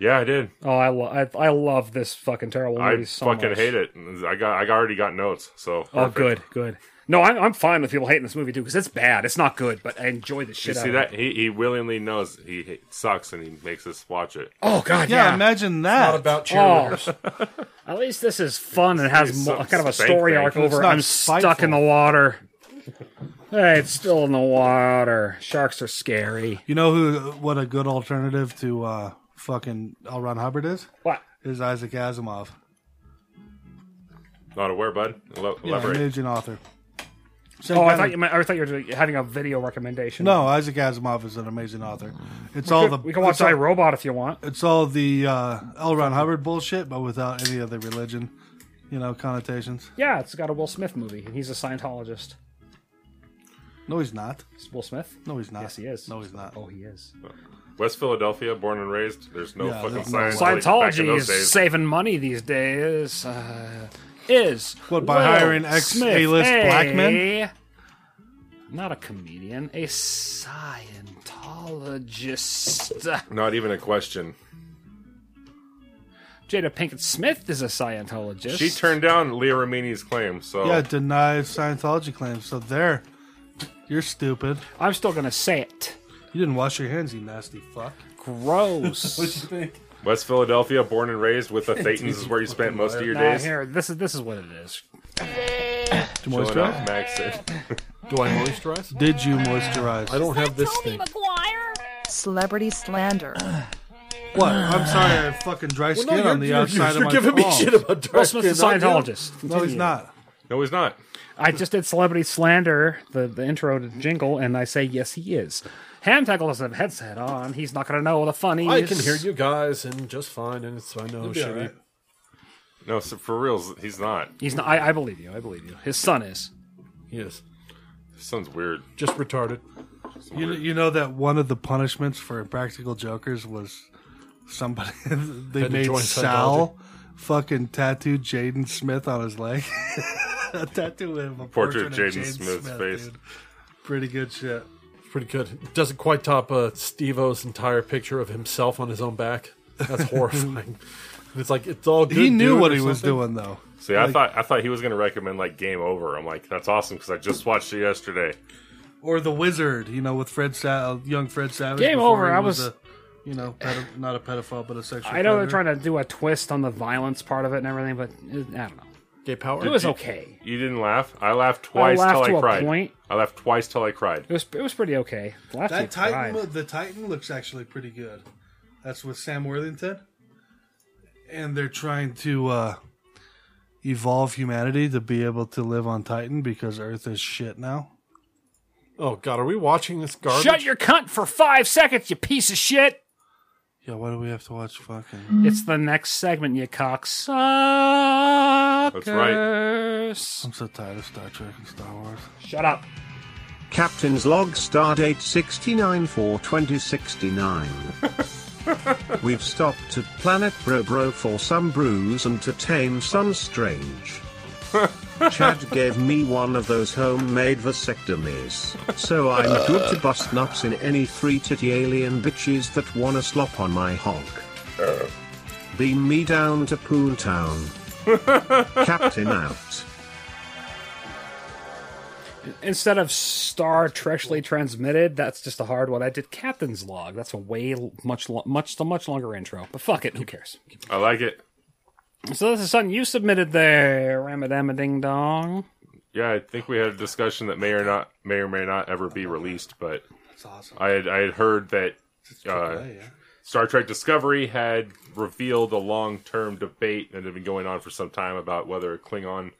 Speaker 5: Yeah, I did.
Speaker 4: Oh, I, lo- I I love this fucking terrible movie
Speaker 5: I
Speaker 4: so
Speaker 5: fucking
Speaker 4: much.
Speaker 5: hate it. I got I already got notes, so
Speaker 4: Oh,
Speaker 5: perfect.
Speaker 4: good, good. No, I'm, I'm fine with people hating this movie too because it's bad. It's not good, but I enjoy the
Speaker 5: You
Speaker 4: shit out
Speaker 5: see
Speaker 4: of
Speaker 5: that
Speaker 4: it.
Speaker 5: he, he willingly knows he ha- sucks and he makes us watch it.
Speaker 4: Oh God,
Speaker 2: Yeah,
Speaker 4: yeah.
Speaker 2: imagine that.
Speaker 4: It's not about cheerleaders. At least this is fun and has
Speaker 2: It's
Speaker 4: mo-
Speaker 2: some
Speaker 4: kind of a
Speaker 2: spank
Speaker 4: story
Speaker 2: bank.
Speaker 4: arc
Speaker 2: It's
Speaker 4: over.
Speaker 2: not
Speaker 4: I'm stuck in the water. Hey, it's still in the water. Sharks are scary.
Speaker 2: You know who? What a good alternative to uh, fucking L. Ron Hubbard is?
Speaker 4: What?
Speaker 2: Is Isaac Asimov.
Speaker 5: Not aware, bud. Ele-
Speaker 2: Yeah,
Speaker 5: elaborate.
Speaker 2: an Asian author. Same
Speaker 4: oh, I
Speaker 2: kind
Speaker 4: thought
Speaker 2: of-
Speaker 4: you meant, I thought you were doing- having a video recommendation.
Speaker 2: No, Isaac Asimov is an amazing author. It's
Speaker 4: We
Speaker 2: all
Speaker 4: could-
Speaker 2: the
Speaker 4: we can watch
Speaker 2: it's all-
Speaker 4: I, Robot if you want.
Speaker 2: It's all the uh, L. Ron Hubbard bullshit, but without any of the religion, you know, connotations.
Speaker 4: Yeah, it's got a Will Smith movie, and he's a Scientologist.
Speaker 2: No, he's not.
Speaker 4: It's Will Smith?
Speaker 2: No, he's not.
Speaker 4: Yes, he is.
Speaker 2: No, he's not.
Speaker 4: Oh, he is.
Speaker 5: West Philadelphia, born and raised. There's no
Speaker 2: Yeah,
Speaker 5: fucking
Speaker 2: there's no
Speaker 5: science. like, back in
Speaker 4: Scientology is
Speaker 5: those days.
Speaker 4: saving money these days. Uh, is
Speaker 2: What, by
Speaker 4: Will
Speaker 2: hiring ex-
Speaker 4: Smith
Speaker 2: A-list black men?
Speaker 4: a- Not a comedian, a Scientologist.
Speaker 5: Not even a question.
Speaker 4: Jada Pinkett Smith is a Scientologist.
Speaker 5: She turned down Leah Ramini's claim, so
Speaker 2: Yeah, denies Scientology claims. So there, you're stupid.
Speaker 4: I'm still gonna say it.
Speaker 2: You didn't wash your hands, you nasty fuck.
Speaker 4: Gross.
Speaker 2: what you think?
Speaker 5: West Philadelphia, born and raised with the
Speaker 2: Dude,
Speaker 5: Thetans is where you spent most of your
Speaker 4: Nah,
Speaker 5: days.
Speaker 4: here, this is this is what it is.
Speaker 5: Chilling
Speaker 2: moisturize?
Speaker 5: out, Max said.
Speaker 3: Do I moisturize?
Speaker 2: Did you moisturize?
Speaker 3: I don't have this thing.
Speaker 13: Celebrity slander.
Speaker 2: What? I'm sorry, I have fucking dry
Speaker 13: Well,
Speaker 2: skin
Speaker 13: no, you're-
Speaker 2: on the
Speaker 13: you're-
Speaker 2: outside
Speaker 13: you're
Speaker 2: of my
Speaker 13: giving me
Speaker 2: palms.
Speaker 13: shit about
Speaker 4: Will Smith's a Scientologist.
Speaker 2: No, he's
Speaker 4: Continue.
Speaker 2: not.
Speaker 5: No, he's not.
Speaker 4: I just did celebrity slander, the, the intro to jingle, and I say yes, he is. Ham Tackle doesn't have a headset on. He's not gonna know the funnies.
Speaker 3: I can hear you guys and just fine, and it's I know
Speaker 4: You'll be all
Speaker 3: shitty.
Speaker 4: right.
Speaker 5: No, so for reals, he's not.
Speaker 4: He's not. I, I believe you. I believe you. His son is.
Speaker 3: Yes.
Speaker 5: His son's weird.
Speaker 3: Just retarded.
Speaker 2: You, you know that one of the punishments for Practical Jokers was somebody they
Speaker 3: Had to
Speaker 2: made
Speaker 3: join
Speaker 2: Sal fucking tattoo Jaden Smith on his leg. a tattoo of a
Speaker 5: Portrait of
Speaker 2: portrait
Speaker 5: Jaden Smith's face.
Speaker 2: dude. Pretty good shit.
Speaker 3: Pretty good. Doesn't quite top uh, Steve O's entire picture of himself on his own back. That's horrifying. it's like, it's all good.
Speaker 2: He knew
Speaker 3: dude,
Speaker 2: what
Speaker 3: or
Speaker 2: he was
Speaker 3: something.
Speaker 2: doing though.
Speaker 5: See, I thought I thought he was gonna recommend like Game Over. I'm like, that's awesome because I just watched it yesterday.
Speaker 2: Or the Wizard, you know, with Fred Sa- young Fred Savage.
Speaker 4: Game
Speaker 2: before
Speaker 4: over,
Speaker 2: he
Speaker 4: I was-
Speaker 2: a, you know, pedo- not a pedophile, but a sexual.
Speaker 4: I know they're
Speaker 2: predator.
Speaker 4: trying to do a twist on the violence part of it and everything, but it, I don't know.
Speaker 3: Gay power.
Speaker 4: It was
Speaker 5: You-
Speaker 4: okay.
Speaker 5: You didn't laugh. I laughed twice
Speaker 4: laughed
Speaker 5: till
Speaker 4: to
Speaker 5: I
Speaker 4: a
Speaker 5: cried.
Speaker 4: point.
Speaker 5: I laughed twice till I cried.
Speaker 4: It was it was pretty okay. Laughed
Speaker 2: That
Speaker 4: and
Speaker 2: Titan,
Speaker 4: cried.
Speaker 2: lo- the Titan looks actually pretty good. That's with Sam Worthington, and they're trying to uh, evolve humanity to be able to live on Titan because Earth is shit now.
Speaker 3: Oh, God. Are we watching this garbage?
Speaker 4: Shut your cunt for five seconds, you piece of shit.
Speaker 2: Yeah, why do we have to watch fucking?
Speaker 4: It's the next segment, you cocksuckers.
Speaker 2: That's right. I'm so tired of Star Trek and Star Wars.
Speaker 4: Shut up.
Speaker 14: Captain's log stardate 69 for 2069. We've stopped at Planet Bro Bro for some brews and to tame some strange. Chad gave me one of those homemade vasectomies, so I'm good to bust nuts in any three titty alien bitches that wanna slop on my hog. Beam me down to Poontown. Captain out.
Speaker 1: Instead of star treshly transmitted, that's just a hard one. I did captain's log. That's a way l- much lo- much a much longer intro. But fuck it, who cares?
Speaker 5: I like it.
Speaker 1: So this is something you submitted there, Ramadama Ding Dong.
Speaker 5: Yeah, I think we had a discussion that may or not may or may not ever be released, but I had I had heard that uh, Star Trek Discovery had revealed a long term debate that had been going on for some time about whether a Klingon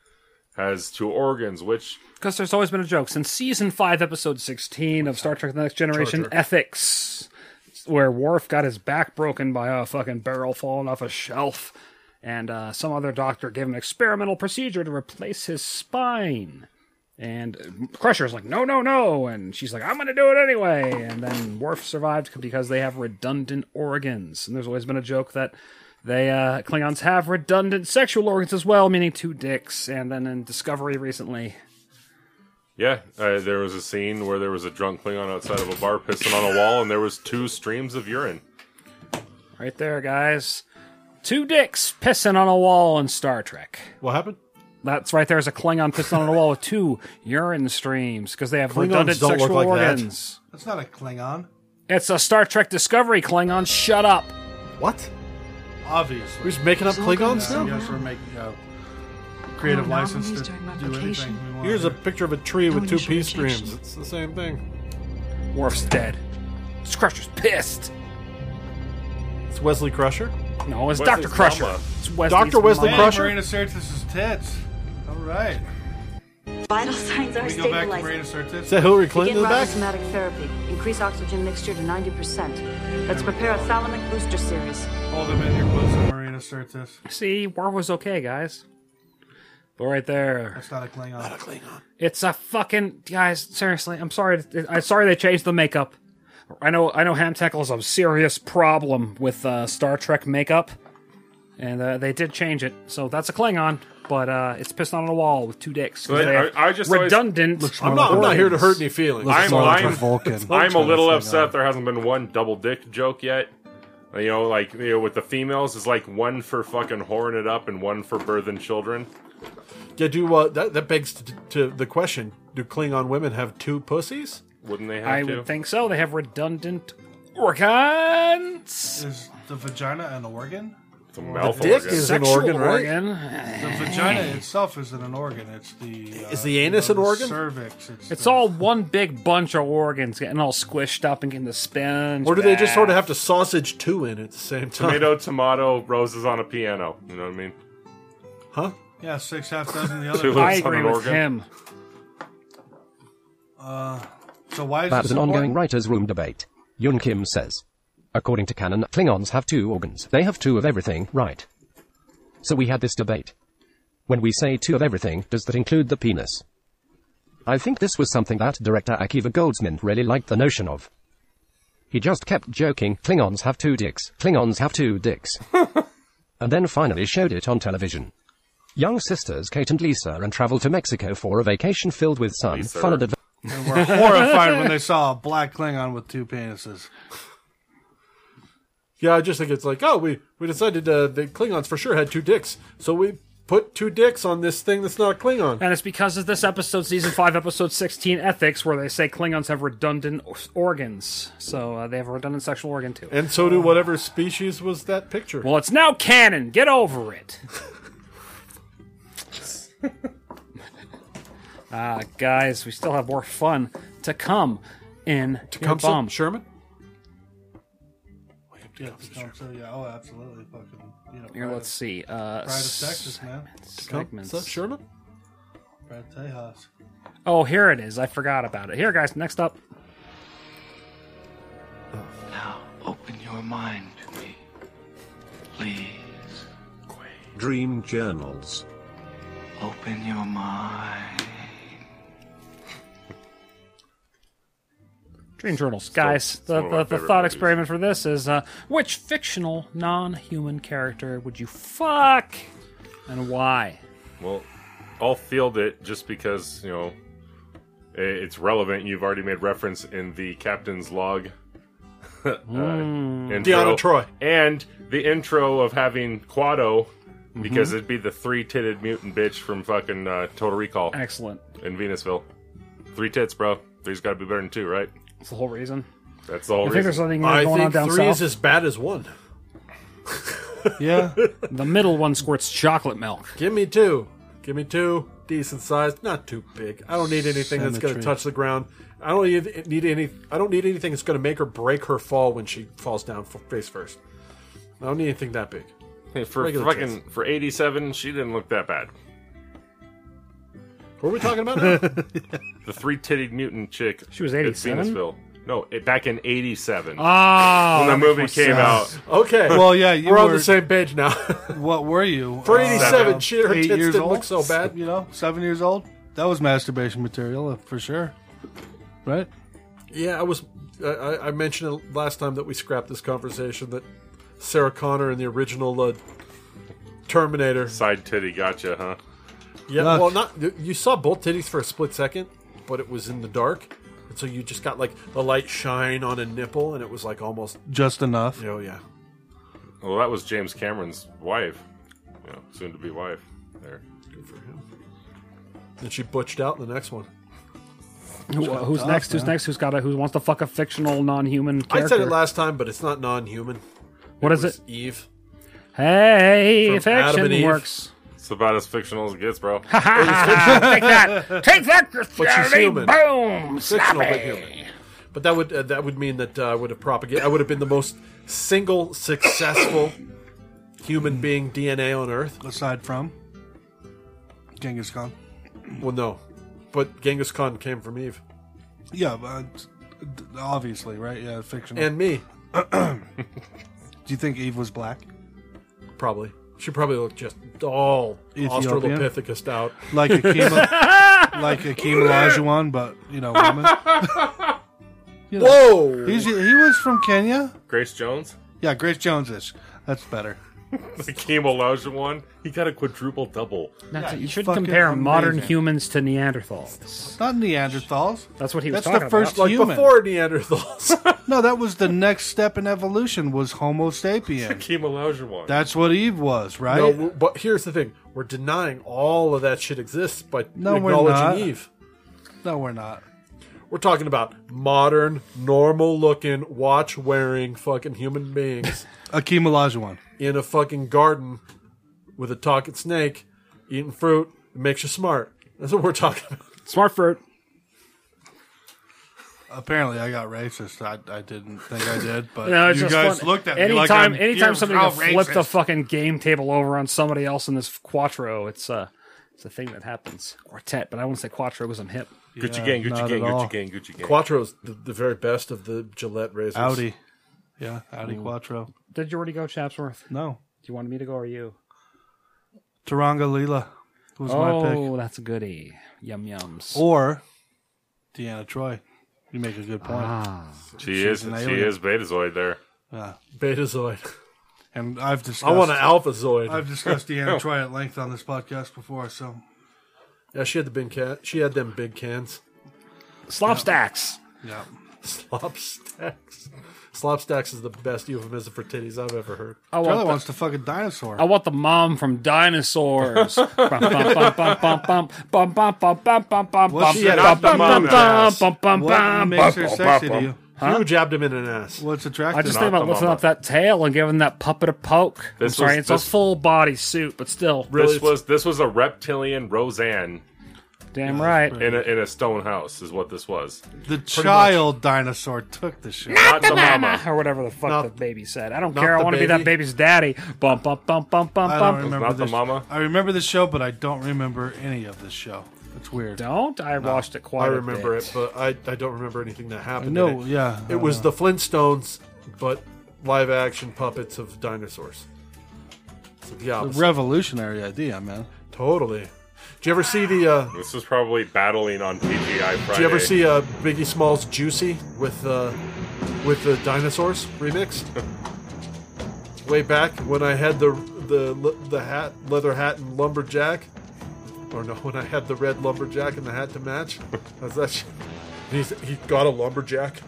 Speaker 5: has two organs, which
Speaker 1: Because there's always been a joke since season five, episode sixteen of Star Trek: The Next Generation,
Speaker 5: Charger.
Speaker 1: ethics, where Worf got his back broken by a fucking barrel falling off a shelf, and uh, some other doctor gave him an experimental procedure to replace his spine. And Crusher's like, no, no, no, and she's like, I'm gonna do it anyway. And then Worf survived because they have redundant organs, and there's always been a joke that they uh, Klingons have redundant sexual organs as well, meaning two dicks. And then in Discovery recently,
Speaker 5: yeah, uh, there was a scene where there was a drunk Klingon outside of a bar pissing on a wall, and there was two streams of urine.
Speaker 1: Right there, guys. Two dicks pissing on a wall in Star Trek.
Speaker 3: What happened?
Speaker 1: That's right. There's a Klingon pissing on a wall with two urine streams because they have
Speaker 2: Klingons
Speaker 1: redundant
Speaker 2: don't look
Speaker 1: sexual
Speaker 2: like that.
Speaker 1: organs.
Speaker 2: That's not a Klingon.
Speaker 1: It's a Star Trek Discovery Klingon. Shut up.
Speaker 3: What?
Speaker 2: Obviously.
Speaker 3: We're just making up Klingons now?
Speaker 2: Yes, we're making uh, creative
Speaker 3: Oh, no,
Speaker 2: license
Speaker 3: he's
Speaker 2: to
Speaker 3: doing
Speaker 2: do anything we want.
Speaker 3: Here's a picture of a tree with two pea streams.
Speaker 2: application.
Speaker 3: It's the same thing.
Speaker 1: Worf's dead. Crusher's pissed.
Speaker 3: It's Wesley Crusher?
Speaker 1: No, it's
Speaker 3: Wesley's
Speaker 1: Dr. Crusher.
Speaker 3: mama.
Speaker 1: It's Wesley's
Speaker 3: Dr. Wesley
Speaker 1: mama.
Speaker 3: Crusher?
Speaker 2: Marina Sirtis is tits. All right.
Speaker 12: Vital signs
Speaker 2: Can
Speaker 12: are
Speaker 2: we go back to
Speaker 12: stabilized.
Speaker 2: Marina Sirtis?
Speaker 3: Is that Hillary Clinton in
Speaker 12: Begin
Speaker 3: the back?
Speaker 12: rhizomatic therapy. Increase oxygen mixture to 90%. Let's prepare a thalamic booster series.
Speaker 2: Hold him in your bosom, Marina Sirtis.
Speaker 1: See, Worf was okay, guys. But right there.
Speaker 2: That's not a Klingon. Not a Klingon.
Speaker 1: It's a fucking guys. Seriously, I'm sorry. I'm sorry they changed the makeup. I know. I know. Ham tackles a serious problem with uh, Star Trek makeup, and uh, they did change it. So that's a Klingon, but uh, it's pissed on a wall with two dicks. 'cause
Speaker 5: But
Speaker 1: they have
Speaker 5: I- I just always-
Speaker 1: redundant.
Speaker 5: Looks more I'm not- like I'm not here to
Speaker 3: hurt any feelings. Looks
Speaker 5: I'm,
Speaker 3: more like
Speaker 5: I'm,
Speaker 3: a Vulcan.
Speaker 5: I'm a little
Speaker 3: Vulcan.
Speaker 5: upset there hasn't been one double dick joke yet. Uh, You know, like you know, with the females, it's like one for fucking whoring it up and one for birthing children.
Speaker 3: Yeah, do uh, that, that begs to, to the question do Klingon women have two pussies?
Speaker 5: Wouldn't they have
Speaker 1: I
Speaker 5: to?
Speaker 1: would think so. They have redundant organs.
Speaker 2: Is the vagina an organ?
Speaker 5: It's a
Speaker 3: mouth dick organ. is an organ, right?
Speaker 2: The vagina itself isn't an organ. It's the uh,
Speaker 3: Is the anus
Speaker 2: you know,
Speaker 3: an
Speaker 2: the
Speaker 3: organ?
Speaker 2: Cervix. It's,
Speaker 1: It's all one big bunch of organs getting all squished up and getting the spin.
Speaker 3: Or do they just sort of have to sausage two in at the same time?
Speaker 5: Tomato, tomato, roses on a piano. You know what I mean?
Speaker 3: Huh?
Speaker 2: yeah, six half dozen the
Speaker 5: Two
Speaker 2: other.
Speaker 5: lips I on agree an with organ.
Speaker 1: him.
Speaker 2: Uh, so why is
Speaker 10: That's
Speaker 2: this
Speaker 10: an
Speaker 2: important?
Speaker 10: ongoing writer's room debate. Yun Kim says. According to canon, Klingons have two organs. They have two of everything, right? So we had this debate. When we say two of everything, does that include the penis? I think this was something that director Akiva Goldsman really liked the notion of. He just kept joking, Klingons have two dicks, Klingons have two dicks. and then finally showed it on television. Young sisters Kate and Lisa and travel to Mexico for a vacation filled with sun, fun and adventure.
Speaker 2: They were horrified when they saw a black Klingon with two penises.
Speaker 3: Yeah, I just think it's like, oh, we, we decided uh, the Klingons for sure had two dicks, so we put two dicks on this thing that's not a Klingon.
Speaker 1: And it's because of this episode, season five, episode sixteen, ethics, where they say Klingons have redundant o- organs, so uh, they have a redundant sexual organ too.
Speaker 3: And so do whatever species was that picture.
Speaker 1: Well, it's now canon. Get over it. Ah, guys, we still have more fun to come in to
Speaker 3: come, sir?
Speaker 1: bomb.
Speaker 3: Sherman.
Speaker 2: Yeah, so, yeah, oh, absolutely, fucking. You know,
Speaker 1: Here,
Speaker 2: Pride
Speaker 1: let's
Speaker 2: of-
Speaker 1: see. Uh,
Speaker 2: Pride of Texas, man.
Speaker 1: Segments.
Speaker 3: Come, sir, Sherman.
Speaker 2: Pride of Tejas.
Speaker 1: Oh, here it is. I forgot about it. Here, guys. Next up.
Speaker 15: Open your mind to me. Please.
Speaker 16: Dream journals.
Speaker 15: Open your mind.
Speaker 1: Dream Journals, guys.
Speaker 15: still one of my
Speaker 1: the the, the
Speaker 15: favorite
Speaker 1: thought
Speaker 15: movies.
Speaker 1: experiment for this is uh, which fictional non-human character would you fuck and why?
Speaker 5: Well, I'll field it just because you know i- it's relevant. You've already made reference in the captain's log. uh,
Speaker 4: Hmm.
Speaker 3: Deanna Troi.
Speaker 5: and the intro of having Quado,
Speaker 4: Mm-hmm.
Speaker 5: because it'd be the three-titted mutant bitch from fucking uh, Total Recall
Speaker 1: Excellent.
Speaker 5: in Venusville. Three tits, bro. Three's got to be better than two, right?
Speaker 4: That's the whole reason.
Speaker 5: That's the whole
Speaker 4: You think
Speaker 5: reason.
Speaker 4: there's something I going on think down three south? is
Speaker 3: as bad as one.
Speaker 2: yeah.
Speaker 4: The middle one squirts chocolate milk.
Speaker 3: Give me two. Give me two. Decent sized, not too big. I don't need anything that's going
Speaker 2: Symmetry.
Speaker 3: to touch the ground. I don't need, need any. I don't need anything that's going to make her break her fall when she falls down f- face first. I don't need anything that big.
Speaker 5: Hey, for
Speaker 3: Regular
Speaker 5: fucking for 87, she didn't look that bad.
Speaker 3: What are we talking about now?
Speaker 5: The three titted mutant chick.
Speaker 4: She was
Speaker 5: at
Speaker 4: 87?
Speaker 5: Phoenixville. No, it, back in 87.
Speaker 4: Oh,
Speaker 5: when the
Speaker 4: that makes
Speaker 5: movie
Speaker 4: more
Speaker 5: came
Speaker 4: sense.
Speaker 5: out.
Speaker 3: Okay.
Speaker 2: Well, yeah, you
Speaker 3: we're on
Speaker 2: were-
Speaker 3: the same page now.
Speaker 2: what were you? uh,
Speaker 3: For 87, she- her
Speaker 2: eight
Speaker 3: tits
Speaker 2: years
Speaker 3: didn't
Speaker 2: old?
Speaker 3: look so bad.
Speaker 2: You know, seven years old? That was masturbation material, uh, for sure. Right?
Speaker 3: Yeah, I was. I- I, I mentioned it last time that we scrapped this conversation that Sarah Connor in the original uh, Terminator.
Speaker 5: Side titty gotcha, huh?
Speaker 3: Yeah,
Speaker 5: Look.
Speaker 3: well, not you- you saw both titties for a split second, but it was in the dark, and so you just got like the light shine on a nipple, and it was like almost.
Speaker 2: Just enough.
Speaker 3: Oh yeah,
Speaker 5: Well, that was James Cameron's wife. You know, soon to be wife. There.
Speaker 3: good for him. And she butched out in the next one.
Speaker 4: Who,
Speaker 3: Shut
Speaker 4: who's
Speaker 3: up,
Speaker 4: next? Who's
Speaker 3: man.
Speaker 4: next? Who's got a? Who wants to fuck a fictional non-human character?
Speaker 3: I said it last time, but it's not non-human.
Speaker 4: What is
Speaker 3: was Eve.
Speaker 4: Hey,
Speaker 3: From Adam and
Speaker 4: fiction
Speaker 3: Eve.
Speaker 4: works.
Speaker 5: It's about as fictional as it gets, bro.
Speaker 4: Take that! Take that,
Speaker 3: But she's
Speaker 4: Christianity!
Speaker 3: human. Fictional,
Speaker 4: Boom!
Speaker 3: but
Speaker 4: Snappy.
Speaker 3: human. But that would uh, that would mean that uh, I would have propagated. I would have been the most single successful human being DNA on Earth.
Speaker 2: Aside from Genghis Khan.
Speaker 3: Well, no, but Genghis Khan came from Eve
Speaker 2: Yeah, but d- obviously, right? Yeah, fictional.
Speaker 3: and me,
Speaker 2: Do you think Eve was black?
Speaker 3: probably. She probably looked just all
Speaker 2: Ethiopian?
Speaker 3: Australopithecus out.
Speaker 2: Like Akeem, like Akeem Olajuwon, but, you know, woman? You know,
Speaker 3: Whoa!
Speaker 2: He's, he was from Kenya?
Speaker 5: Grace Jones?
Speaker 2: Yeah, Grace Jones ish. That's better.
Speaker 5: The Chemo one. He got a quadruple double.
Speaker 4: That's it. You
Speaker 2: he's
Speaker 4: should
Speaker 2: fucking
Speaker 4: compare modern
Speaker 2: amazing.
Speaker 4: humans to Neanderthals.
Speaker 2: It's not Neanderthals.
Speaker 4: That's what he
Speaker 2: That's
Speaker 4: was talking
Speaker 2: the first
Speaker 4: about.
Speaker 2: human.
Speaker 3: before Neanderthals.
Speaker 2: no, that was the next step in evolution was Homo sapien.
Speaker 5: Chemo one.
Speaker 2: That's what Eve was, right?
Speaker 3: No, w- but here's the thing: we're denying all of that shit exists by
Speaker 2: No, we're not.
Speaker 3: acknowledging Eve.
Speaker 2: No, we're not.
Speaker 3: We're talking about modern, normal-looking, watch-wearing fucking human beings
Speaker 2: Akeem Olajuwon.
Speaker 3: in a fucking garden with a talking snake eating fruit. It makes you smart. That's what we're talking about.
Speaker 4: Smart fruit.
Speaker 2: Apparently, I got racist. I, I didn't think I did, but
Speaker 4: No, it's
Speaker 2: you
Speaker 4: just
Speaker 2: guys
Speaker 4: fun.
Speaker 2: looked at me like
Speaker 4: anytime.
Speaker 2: I'm,
Speaker 4: anytime
Speaker 2: you're
Speaker 4: somebody
Speaker 2: all
Speaker 4: can flip the
Speaker 2: racist.
Speaker 4: fucking game table over on somebody else in this quattro, it's uh, it's a thing that happens. Quartet, but I won't say quattro because I'm hip.
Speaker 5: Gucci
Speaker 2: Yeah,
Speaker 5: gang, Gucci
Speaker 2: uh, not
Speaker 5: gang,
Speaker 2: at all.
Speaker 5: Gucci gang, Gucci gang.
Speaker 3: Quattro's the, the very best of the Gillette razors.
Speaker 2: Audi. Yeah, Audi Quattro.
Speaker 4: Did you already go, Chapsworth? Do
Speaker 2: No,
Speaker 4: you want me to go or you?
Speaker 2: Taranga Leela was my pick,
Speaker 4: Oh, that's a goodie. Yum yums.
Speaker 2: or Deanna Troy. You make a good point.
Speaker 4: Ah.
Speaker 5: She is,
Speaker 2: She's an
Speaker 5: she
Speaker 2: alien.
Speaker 5: is Betazoid there.
Speaker 2: Yeah.
Speaker 3: Betazoid.
Speaker 2: And I've discussed.
Speaker 3: I want an alphazoid.
Speaker 2: I've discussed Deanna Troy at length on this podcast before, so
Speaker 3: yeah, she had the big can. She had them big cans.
Speaker 4: Slop stacks.
Speaker 2: yeah.
Speaker 3: Slopstacks. Slopstacks is the best euphemism for titties I've ever heard.
Speaker 4: I want
Speaker 2: Charlie
Speaker 4: the-
Speaker 2: wants to fuck a dinosaur.
Speaker 4: I want the mom from Dinosaurs. Bum, bum, bum, bum, bum, bum. Bum, bum, bum, bum, bum, bum,
Speaker 2: What's
Speaker 4: bum,
Speaker 2: she
Speaker 4: bum,
Speaker 2: got
Speaker 4: bum,
Speaker 2: the mom
Speaker 4: bum,
Speaker 2: ass?
Speaker 4: bum, bum,
Speaker 2: What
Speaker 4: bum,
Speaker 2: makes
Speaker 4: bum,
Speaker 2: her
Speaker 4: bum,
Speaker 2: sexy
Speaker 4: bum,
Speaker 2: to you?
Speaker 3: Huge abdomen and ass.
Speaker 2: What's
Speaker 4: I
Speaker 2: attractive?
Speaker 4: just
Speaker 5: Not
Speaker 4: think
Speaker 5: the
Speaker 4: about lifting
Speaker 5: mama.
Speaker 4: up that tail and giving that puppet a poke. I'm
Speaker 5: This
Speaker 4: sorry,
Speaker 5: was-
Speaker 4: it's a
Speaker 5: this-
Speaker 4: full body suit, but still.
Speaker 5: This was this was a reptilian Roseanne
Speaker 4: Damn right.
Speaker 5: in a, in a stone house, is what this was.
Speaker 2: the child dinosaur took the shit.
Speaker 5: Not the mama.
Speaker 4: Or whatever the fuck
Speaker 3: Not-
Speaker 4: the baby said. I don't
Speaker 3: not
Speaker 4: care. I
Speaker 3: the
Speaker 4: want to be that
Speaker 3: baby.
Speaker 4: baby's daddy. Bum, bum, bum, bum, bum,
Speaker 2: I
Speaker 4: bum.
Speaker 2: don't remember
Speaker 5: Not the
Speaker 2: this.
Speaker 5: mama?
Speaker 2: I remember the show, but I don't remember any of this show. It's weird.
Speaker 4: Don't? I watched it quite
Speaker 3: I
Speaker 4: a
Speaker 3: remember
Speaker 4: bit.
Speaker 3: it, but I, I don't remember anything that happened.
Speaker 2: I know,
Speaker 3: in it.
Speaker 2: yeah, uh. I
Speaker 3: It was
Speaker 2: know.
Speaker 3: the Flintstones, but live action puppets of dinosaurs. It's the
Speaker 2: A
Speaker 3: opposite.
Speaker 2: revolutionary idea, man.
Speaker 3: totally. Do you ever see the? Uh,
Speaker 5: This was probably battling on PGI Friday.
Speaker 3: do you ever see uh, Biggie Smalls "Juicy" with uh, with the dinosaurs remix? Way back when I had the the le- the hat, leather hat, and lumberjack, or no, when I had the red lumberjack and the hat to match. How's that? Shit? He's he got a lumberjack.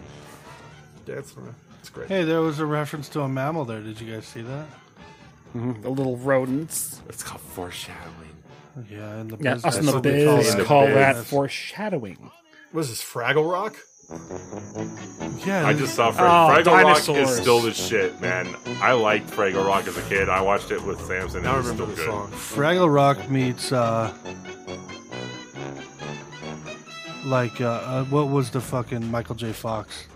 Speaker 3: Dance around. It's great.
Speaker 2: Hey, there was a reference to a mammal there. Did you guys see that?
Speaker 4: The little rodents.
Speaker 5: It's called foreshadowing.
Speaker 2: Yeah, in the
Speaker 4: Yeah,
Speaker 2: biz-
Speaker 4: us in the
Speaker 2: that's what they call
Speaker 4: biz
Speaker 2: that.
Speaker 4: call
Speaker 5: biz.
Speaker 4: that foreshadowing.
Speaker 3: Was this Fraggle Rock?
Speaker 5: I just saw Frag-
Speaker 3: Oh,
Speaker 5: Fraggle Rock
Speaker 3: dinosaurs.
Speaker 5: is still the shit, man. I liked Fraggle Rock as a kid. I watched it with Samson.
Speaker 3: I
Speaker 5: It was still
Speaker 3: remember
Speaker 5: good.
Speaker 3: the song.
Speaker 2: Fraggle Rock meets uh like uh, uh what was the fucking Michael J. Fox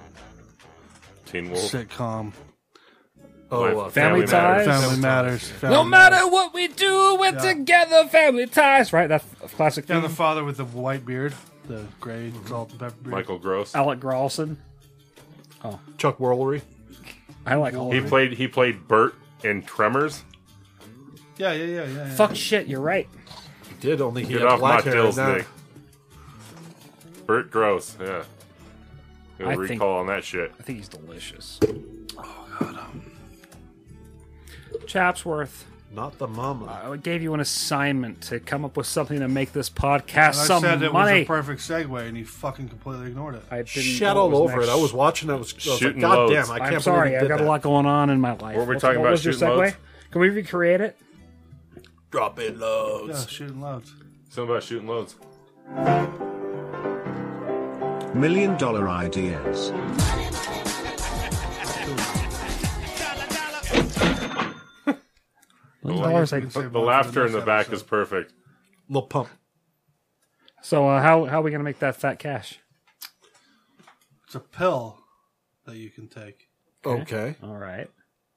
Speaker 5: Teen Wolf.
Speaker 2: sitcom?
Speaker 5: Oh, uh, Family Family
Speaker 2: Family
Speaker 4: Ties? Matters.
Speaker 2: Matters.
Speaker 4: no
Speaker 2: Family
Speaker 4: matter what we do, we're
Speaker 2: Yeah.
Speaker 4: together, family ties. Right, that's a classic.
Speaker 2: Yeah,
Speaker 4: thing.
Speaker 2: the father with the white beard, the gray salt and pepper beard.
Speaker 5: Michael Gross.
Speaker 4: Alec Grolson. Oh,
Speaker 3: Chuck Worlery.
Speaker 4: I like all.
Speaker 5: He
Speaker 4: of it.
Speaker 5: played he played Bert in Tremors.
Speaker 2: Yeah, yeah, yeah, yeah. yeah.
Speaker 4: Fuck shit, you're right.
Speaker 3: He did only he
Speaker 5: Get
Speaker 3: had
Speaker 5: off my
Speaker 3: black hair.
Speaker 5: tails,
Speaker 3: and that-
Speaker 5: Nick. Bert Gross. Yeah. Good
Speaker 4: I
Speaker 5: recall
Speaker 4: think-
Speaker 5: on that shit.
Speaker 4: I think he's delicious. Chapsworth.
Speaker 3: Not the mama.
Speaker 4: I gave you an assignment to come up with something to make this
Speaker 2: And
Speaker 4: podcast
Speaker 2: I
Speaker 4: some
Speaker 2: said it
Speaker 4: money.
Speaker 2: was a perfect segue, and you fucking completely ignored it.
Speaker 4: I
Speaker 3: Shit all over it. I was watching. I was, I was like,
Speaker 4: Shooting
Speaker 3: God
Speaker 4: loads.
Speaker 3: damn! I can't
Speaker 4: I'm
Speaker 3: believe
Speaker 4: sorry.
Speaker 3: he
Speaker 4: I've
Speaker 3: did
Speaker 4: got
Speaker 3: that.
Speaker 4: a lot going on in my life.
Speaker 5: What were we
Speaker 4: What's-
Speaker 5: talking
Speaker 4: what
Speaker 5: about,
Speaker 4: Was your
Speaker 5: shooting
Speaker 4: segue?
Speaker 5: loads?
Speaker 4: Can we recreate it?
Speaker 3: Drop in
Speaker 2: Yeah,
Speaker 3: loads.
Speaker 2: shooting loads.
Speaker 5: Something about shooting loads.
Speaker 14: Million dollar ideas.
Speaker 5: The,
Speaker 4: Well, I was
Speaker 5: la-
Speaker 4: like-
Speaker 5: the laughter in the back is perfect.
Speaker 3: Little pump.
Speaker 4: So uh, how how are we gonna make that fat cash?
Speaker 2: It's a pill that you can take
Speaker 3: Okay.
Speaker 4: All right.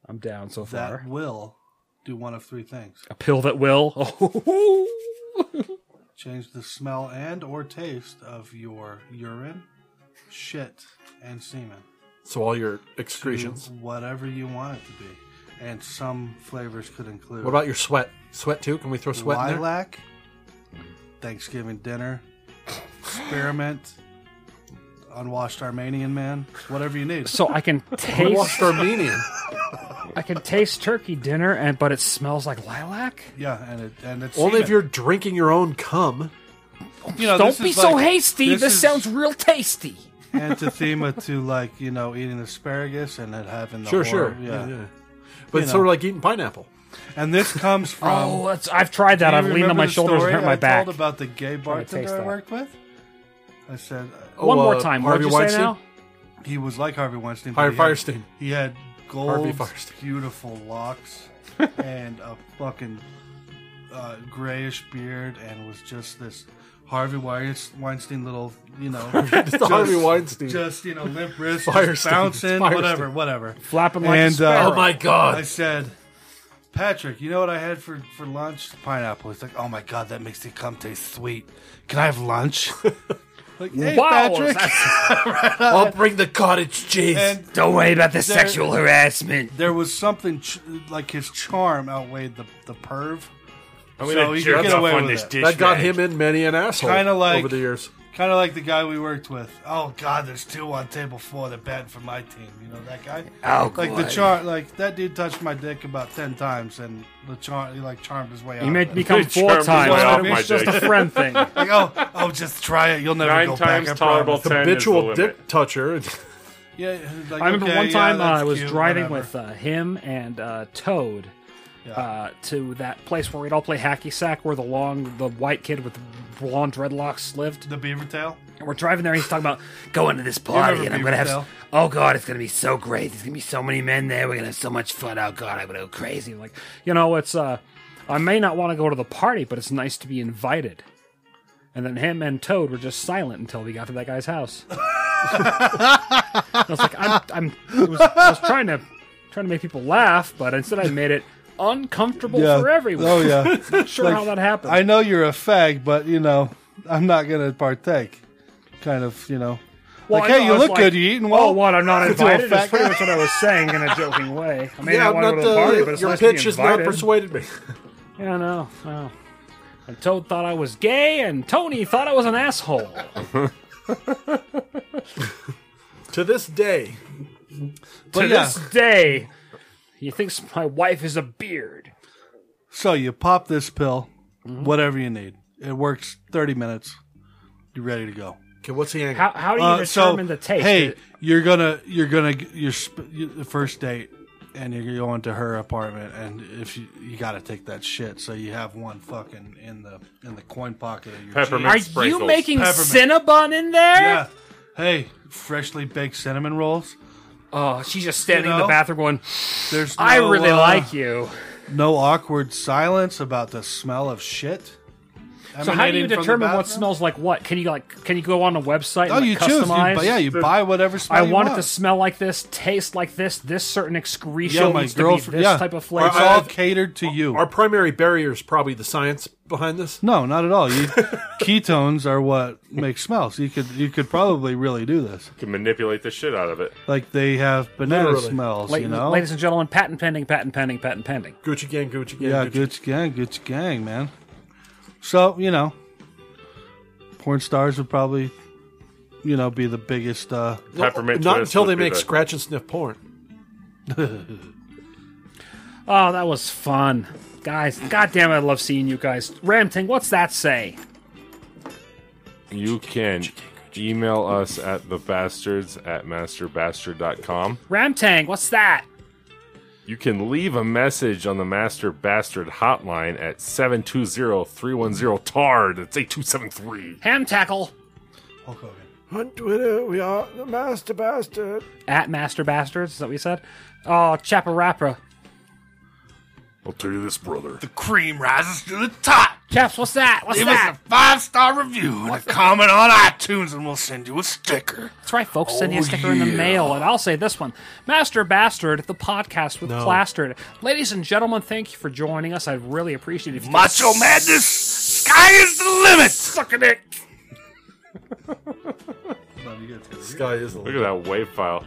Speaker 4: I'm down so far.
Speaker 2: that will do one of three things:
Speaker 4: A pill that will. Oh.
Speaker 2: change the smell and or taste of your urine, shit, and semen.
Speaker 3: So all your
Speaker 2: to
Speaker 3: excretions.
Speaker 2: whatever you want it to be, and some flavors could include.
Speaker 3: What about your sweat? Sweat too? Can we throw sweat in there?
Speaker 2: lilac? Thanksgiving dinner, experiment, unwashed Armenian man, whatever you need.
Speaker 4: So I can
Speaker 3: Unwashed
Speaker 4: taste.
Speaker 3: Armenian.
Speaker 4: I can taste turkey dinner, and but it smells like lilac.
Speaker 2: yeah, and it and it's
Speaker 3: Only if
Speaker 2: semen.
Speaker 3: you're drinking your own cum.
Speaker 2: You know,
Speaker 4: Don't
Speaker 2: this
Speaker 4: be
Speaker 2: is
Speaker 4: so
Speaker 2: like-
Speaker 4: hasty. This,
Speaker 2: is
Speaker 4: sounds real tasty.
Speaker 2: antithema to like you know eating asparagus and then having the
Speaker 3: Sure,
Speaker 2: whole-
Speaker 3: sure.
Speaker 2: yeah.
Speaker 3: Yeah, yeah. But
Speaker 2: You
Speaker 3: it's
Speaker 2: know.
Speaker 3: sort of like eating pineapple.
Speaker 2: And this comes from.
Speaker 4: oh, that's, I've tried that.
Speaker 2: Do you
Speaker 4: I've leaned on
Speaker 2: remember
Speaker 4: my
Speaker 2: the
Speaker 4: shoulders and
Speaker 2: story
Speaker 4: hurt my
Speaker 2: I
Speaker 4: back.
Speaker 2: Told about the gay
Speaker 4: Trying to taste
Speaker 2: bartender I
Speaker 4: that.
Speaker 2: worked with. I said
Speaker 3: Oh,
Speaker 4: One more
Speaker 3: uh,
Speaker 4: time.
Speaker 3: Harvey
Speaker 4: What'd you
Speaker 3: Weinstein?
Speaker 4: say now?
Speaker 2: he was like Harvey Weinstein.
Speaker 3: Harvey
Speaker 2: but he had-
Speaker 3: Firestein.
Speaker 2: He had
Speaker 3: Harvey
Speaker 2: gold,
Speaker 3: Firestein.
Speaker 2: beautiful locks, and a fucking uh, grayish beard, and was just this Harvey Weis- Weinstein little, you know,
Speaker 3: It's the Harvey Weinstein.
Speaker 2: just you know, limp wrist, just
Speaker 3: Firestein.
Speaker 2: bouncing,
Speaker 3: Firestein.
Speaker 2: whatever, whatever.
Speaker 4: Flapping like
Speaker 2: And,
Speaker 4: a
Speaker 2: uh,
Speaker 4: sparrow.
Speaker 3: oh my
Speaker 2: I
Speaker 3: god.
Speaker 2: said, Patrick, you know what I had for, for lunch? Pineapple. He's like, oh my god, that makes the cum taste sweet. Can I have lunch? like, hey,
Speaker 4: Wow,
Speaker 2: Patrick.
Speaker 4: that's-
Speaker 3: I'll bring the cottage cheese.
Speaker 2: And
Speaker 4: don't worry about
Speaker 2: There-
Speaker 4: the sexual harassment.
Speaker 2: there was something ch- like his charm outweighed the, the perv.
Speaker 5: I'm
Speaker 2: So
Speaker 5: gonna
Speaker 2: you
Speaker 5: jerk
Speaker 2: get
Speaker 5: off
Speaker 2: away
Speaker 5: on
Speaker 2: with
Speaker 5: this
Speaker 2: it.
Speaker 5: dish.
Speaker 3: that got
Speaker 5: rag.
Speaker 3: him in many an asshole
Speaker 2: Kinda like-
Speaker 3: over the years.
Speaker 2: Kind of like the guy we worked with. Oh god, there's two on table four that batting for my team. You know that guy?
Speaker 4: Oh,
Speaker 2: like the
Speaker 4: God.
Speaker 2: char, like that dude touched my dick about ten times, and the char, he like charmed his way out.
Speaker 4: He
Speaker 2: of
Speaker 4: made
Speaker 2: it.
Speaker 4: me come
Speaker 5: They
Speaker 4: four
Speaker 5: charmed his
Speaker 4: times.
Speaker 2: way off
Speaker 4: but it
Speaker 2: my
Speaker 4: was just
Speaker 5: dick.
Speaker 4: a friend thing.
Speaker 2: Like, oh, oh, just try it. You'll never go
Speaker 5: Nine
Speaker 2: back.
Speaker 5: times
Speaker 2: I
Speaker 5: tolerable.
Speaker 2: promise.
Speaker 5: Ten
Speaker 3: Habitual
Speaker 5: is the limit.
Speaker 3: dick toucher.
Speaker 2: Yeah, like,
Speaker 4: I remember
Speaker 2: okay,
Speaker 4: one
Speaker 2: yeah,
Speaker 4: time uh,
Speaker 2: that's
Speaker 4: I was
Speaker 2: cute,
Speaker 4: driving
Speaker 2: whatever.
Speaker 4: with uh, him and uh, Toad
Speaker 2: Yeah.
Speaker 4: uh, to that place where we'd all play hacky sack, where the long, the white kid with blonde dreadlocks lived.
Speaker 2: the beaver tail.
Speaker 4: And we're driving there, and he's talking about going to this
Speaker 2: remember
Speaker 4: party, and I'm gonna have.
Speaker 2: Beaver
Speaker 4: Oh God, it's gonna be so great. There's gonna be so many men there. We're gonna have so much fun. Oh God, I'm gonna go crazy. Like, you know, it's. uh I may not want to go to the party, but it's nice to be invited. And then him and Toad were just silent until we got to that guy's house. I was like, I'm, I'm it was, I was trying to, trying to make people laugh, but instead I made it uncomfortable for everyone.
Speaker 2: Oh yeah.
Speaker 4: Not sure
Speaker 2: Like,
Speaker 4: how that happened.
Speaker 2: I know you're a fag, but you know I'm not gonna partake. Kind of, you know. like,
Speaker 4: I
Speaker 2: hey,
Speaker 4: know,
Speaker 2: you
Speaker 4: I was
Speaker 2: look
Speaker 4: like,
Speaker 2: good. You eating well?
Speaker 4: Oh, what? I'm not
Speaker 2: To a
Speaker 4: invited. That's
Speaker 2: fat
Speaker 4: pretty
Speaker 2: guy.
Speaker 4: much what I was saying in a joking way. I mean,
Speaker 3: yeah,
Speaker 4: I
Speaker 3: I'm not
Speaker 4: want to go to the party,
Speaker 3: the,
Speaker 4: but it's
Speaker 3: your
Speaker 4: nice
Speaker 3: pitch
Speaker 4: to be
Speaker 3: has not
Speaker 4: invited.
Speaker 3: persuaded me.
Speaker 4: Yeah, no, no. And Toad thought I was gay, and Tony thought I was an asshole.
Speaker 3: to this day,
Speaker 4: to
Speaker 2: But yeah.
Speaker 4: this day, he thinks my wife is a beard.
Speaker 2: So you pop this pill,
Speaker 4: Mm-hmm.
Speaker 2: whatever you need. It works 30 minutes. You ready to go?
Speaker 3: okay, what's the angle?
Speaker 4: How, how do you
Speaker 2: Uh, so
Speaker 4: determine the taste?
Speaker 2: hey, you're gonna you're gonna your, sp- you- the first date. and you're going to her apartment, and if you you got to take that shit, so you have one fucking in the in the coin pocket of your
Speaker 5: Peppermint
Speaker 2: jeans.
Speaker 5: Are you sprinkles. making
Speaker 4: Cinnabon in there?
Speaker 2: Yeah. Hey, freshly baked cinnamon rolls.
Speaker 1: Oh, she's just standing in the bathroom going,
Speaker 2: "There's
Speaker 1: "I
Speaker 2: no,
Speaker 1: really
Speaker 2: uh,
Speaker 1: like you."
Speaker 2: No awkward silence about the smell of shit.
Speaker 1: So how do you
Speaker 2: emanating from the
Speaker 1: determine what
Speaker 2: bathroom?
Speaker 1: smells like what? Can you like can you go on a website?
Speaker 2: Oh,
Speaker 1: and, like,
Speaker 2: you choose. You-
Speaker 1: customize?
Speaker 2: but yeah, you buy whatever smell
Speaker 1: I
Speaker 2: you
Speaker 1: want it
Speaker 2: want.
Speaker 1: to smell like this, taste like this, this certain excretion
Speaker 2: Yeah, my
Speaker 1: needs to be
Speaker 2: girlfriend-
Speaker 1: this
Speaker 2: yeah.
Speaker 1: type of flavor.
Speaker 2: It's all catered to you.
Speaker 3: Our primary barrier is probably the science behind this.
Speaker 2: No, not at all. You, ketones are what make smells. You could you could probably really do this.
Speaker 5: You can manipulate the shit out of it.
Speaker 2: Like they have banana
Speaker 5: Literally.
Speaker 2: smells,
Speaker 1: La-
Speaker 2: you know.
Speaker 1: Ladies and gentlemen, patent pending, patent pending, patent pending.
Speaker 3: Gucci gang, Gucci
Speaker 2: yeah, Gucci gang, Gucci gang, man. So you know, porn stars would probably, you know, be the biggest. uh
Speaker 5: Peppermint
Speaker 3: Not
Speaker 5: twist
Speaker 3: until
Speaker 5: would
Speaker 3: they
Speaker 5: be
Speaker 3: make
Speaker 5: the-
Speaker 3: scratch and sniff porn.
Speaker 1: Oh, that was fun, guys. Goddamn, I love seeing you guys. Ramting, what's that say?
Speaker 5: You can email us at the bastards at masterbastard.com.
Speaker 1: Ramtang, what's that?
Speaker 5: You can leave a message on the Master Bastard hotline at 720-310-TARD. That's 8273.
Speaker 1: Ham tackle
Speaker 3: On Twitter, we are the master bastard.
Speaker 1: at Master Bastards. Is that what you said? Oh, Chaparapra.
Speaker 5: I'll tell you this, brother.
Speaker 14: Cream rises to the top.
Speaker 1: Chaps, what's that? What's
Speaker 14: Give
Speaker 1: that?
Speaker 14: us a five star review and a comment on iTunes, and we'll send you a sticker.
Speaker 1: That's right, folks. Send you a
Speaker 14: Oh,
Speaker 1: sticker in the
Speaker 14: yeah.
Speaker 1: mail, and I'll say this one: Master Bastard, the podcast with
Speaker 14: No.
Speaker 1: Plastered. Ladies and gentlemen, thank you for joining us. I really appreciate it. If you
Speaker 14: Macho
Speaker 1: could-
Speaker 14: Madness, sky is the limit. Sucking it.
Speaker 5: Look at that wave file.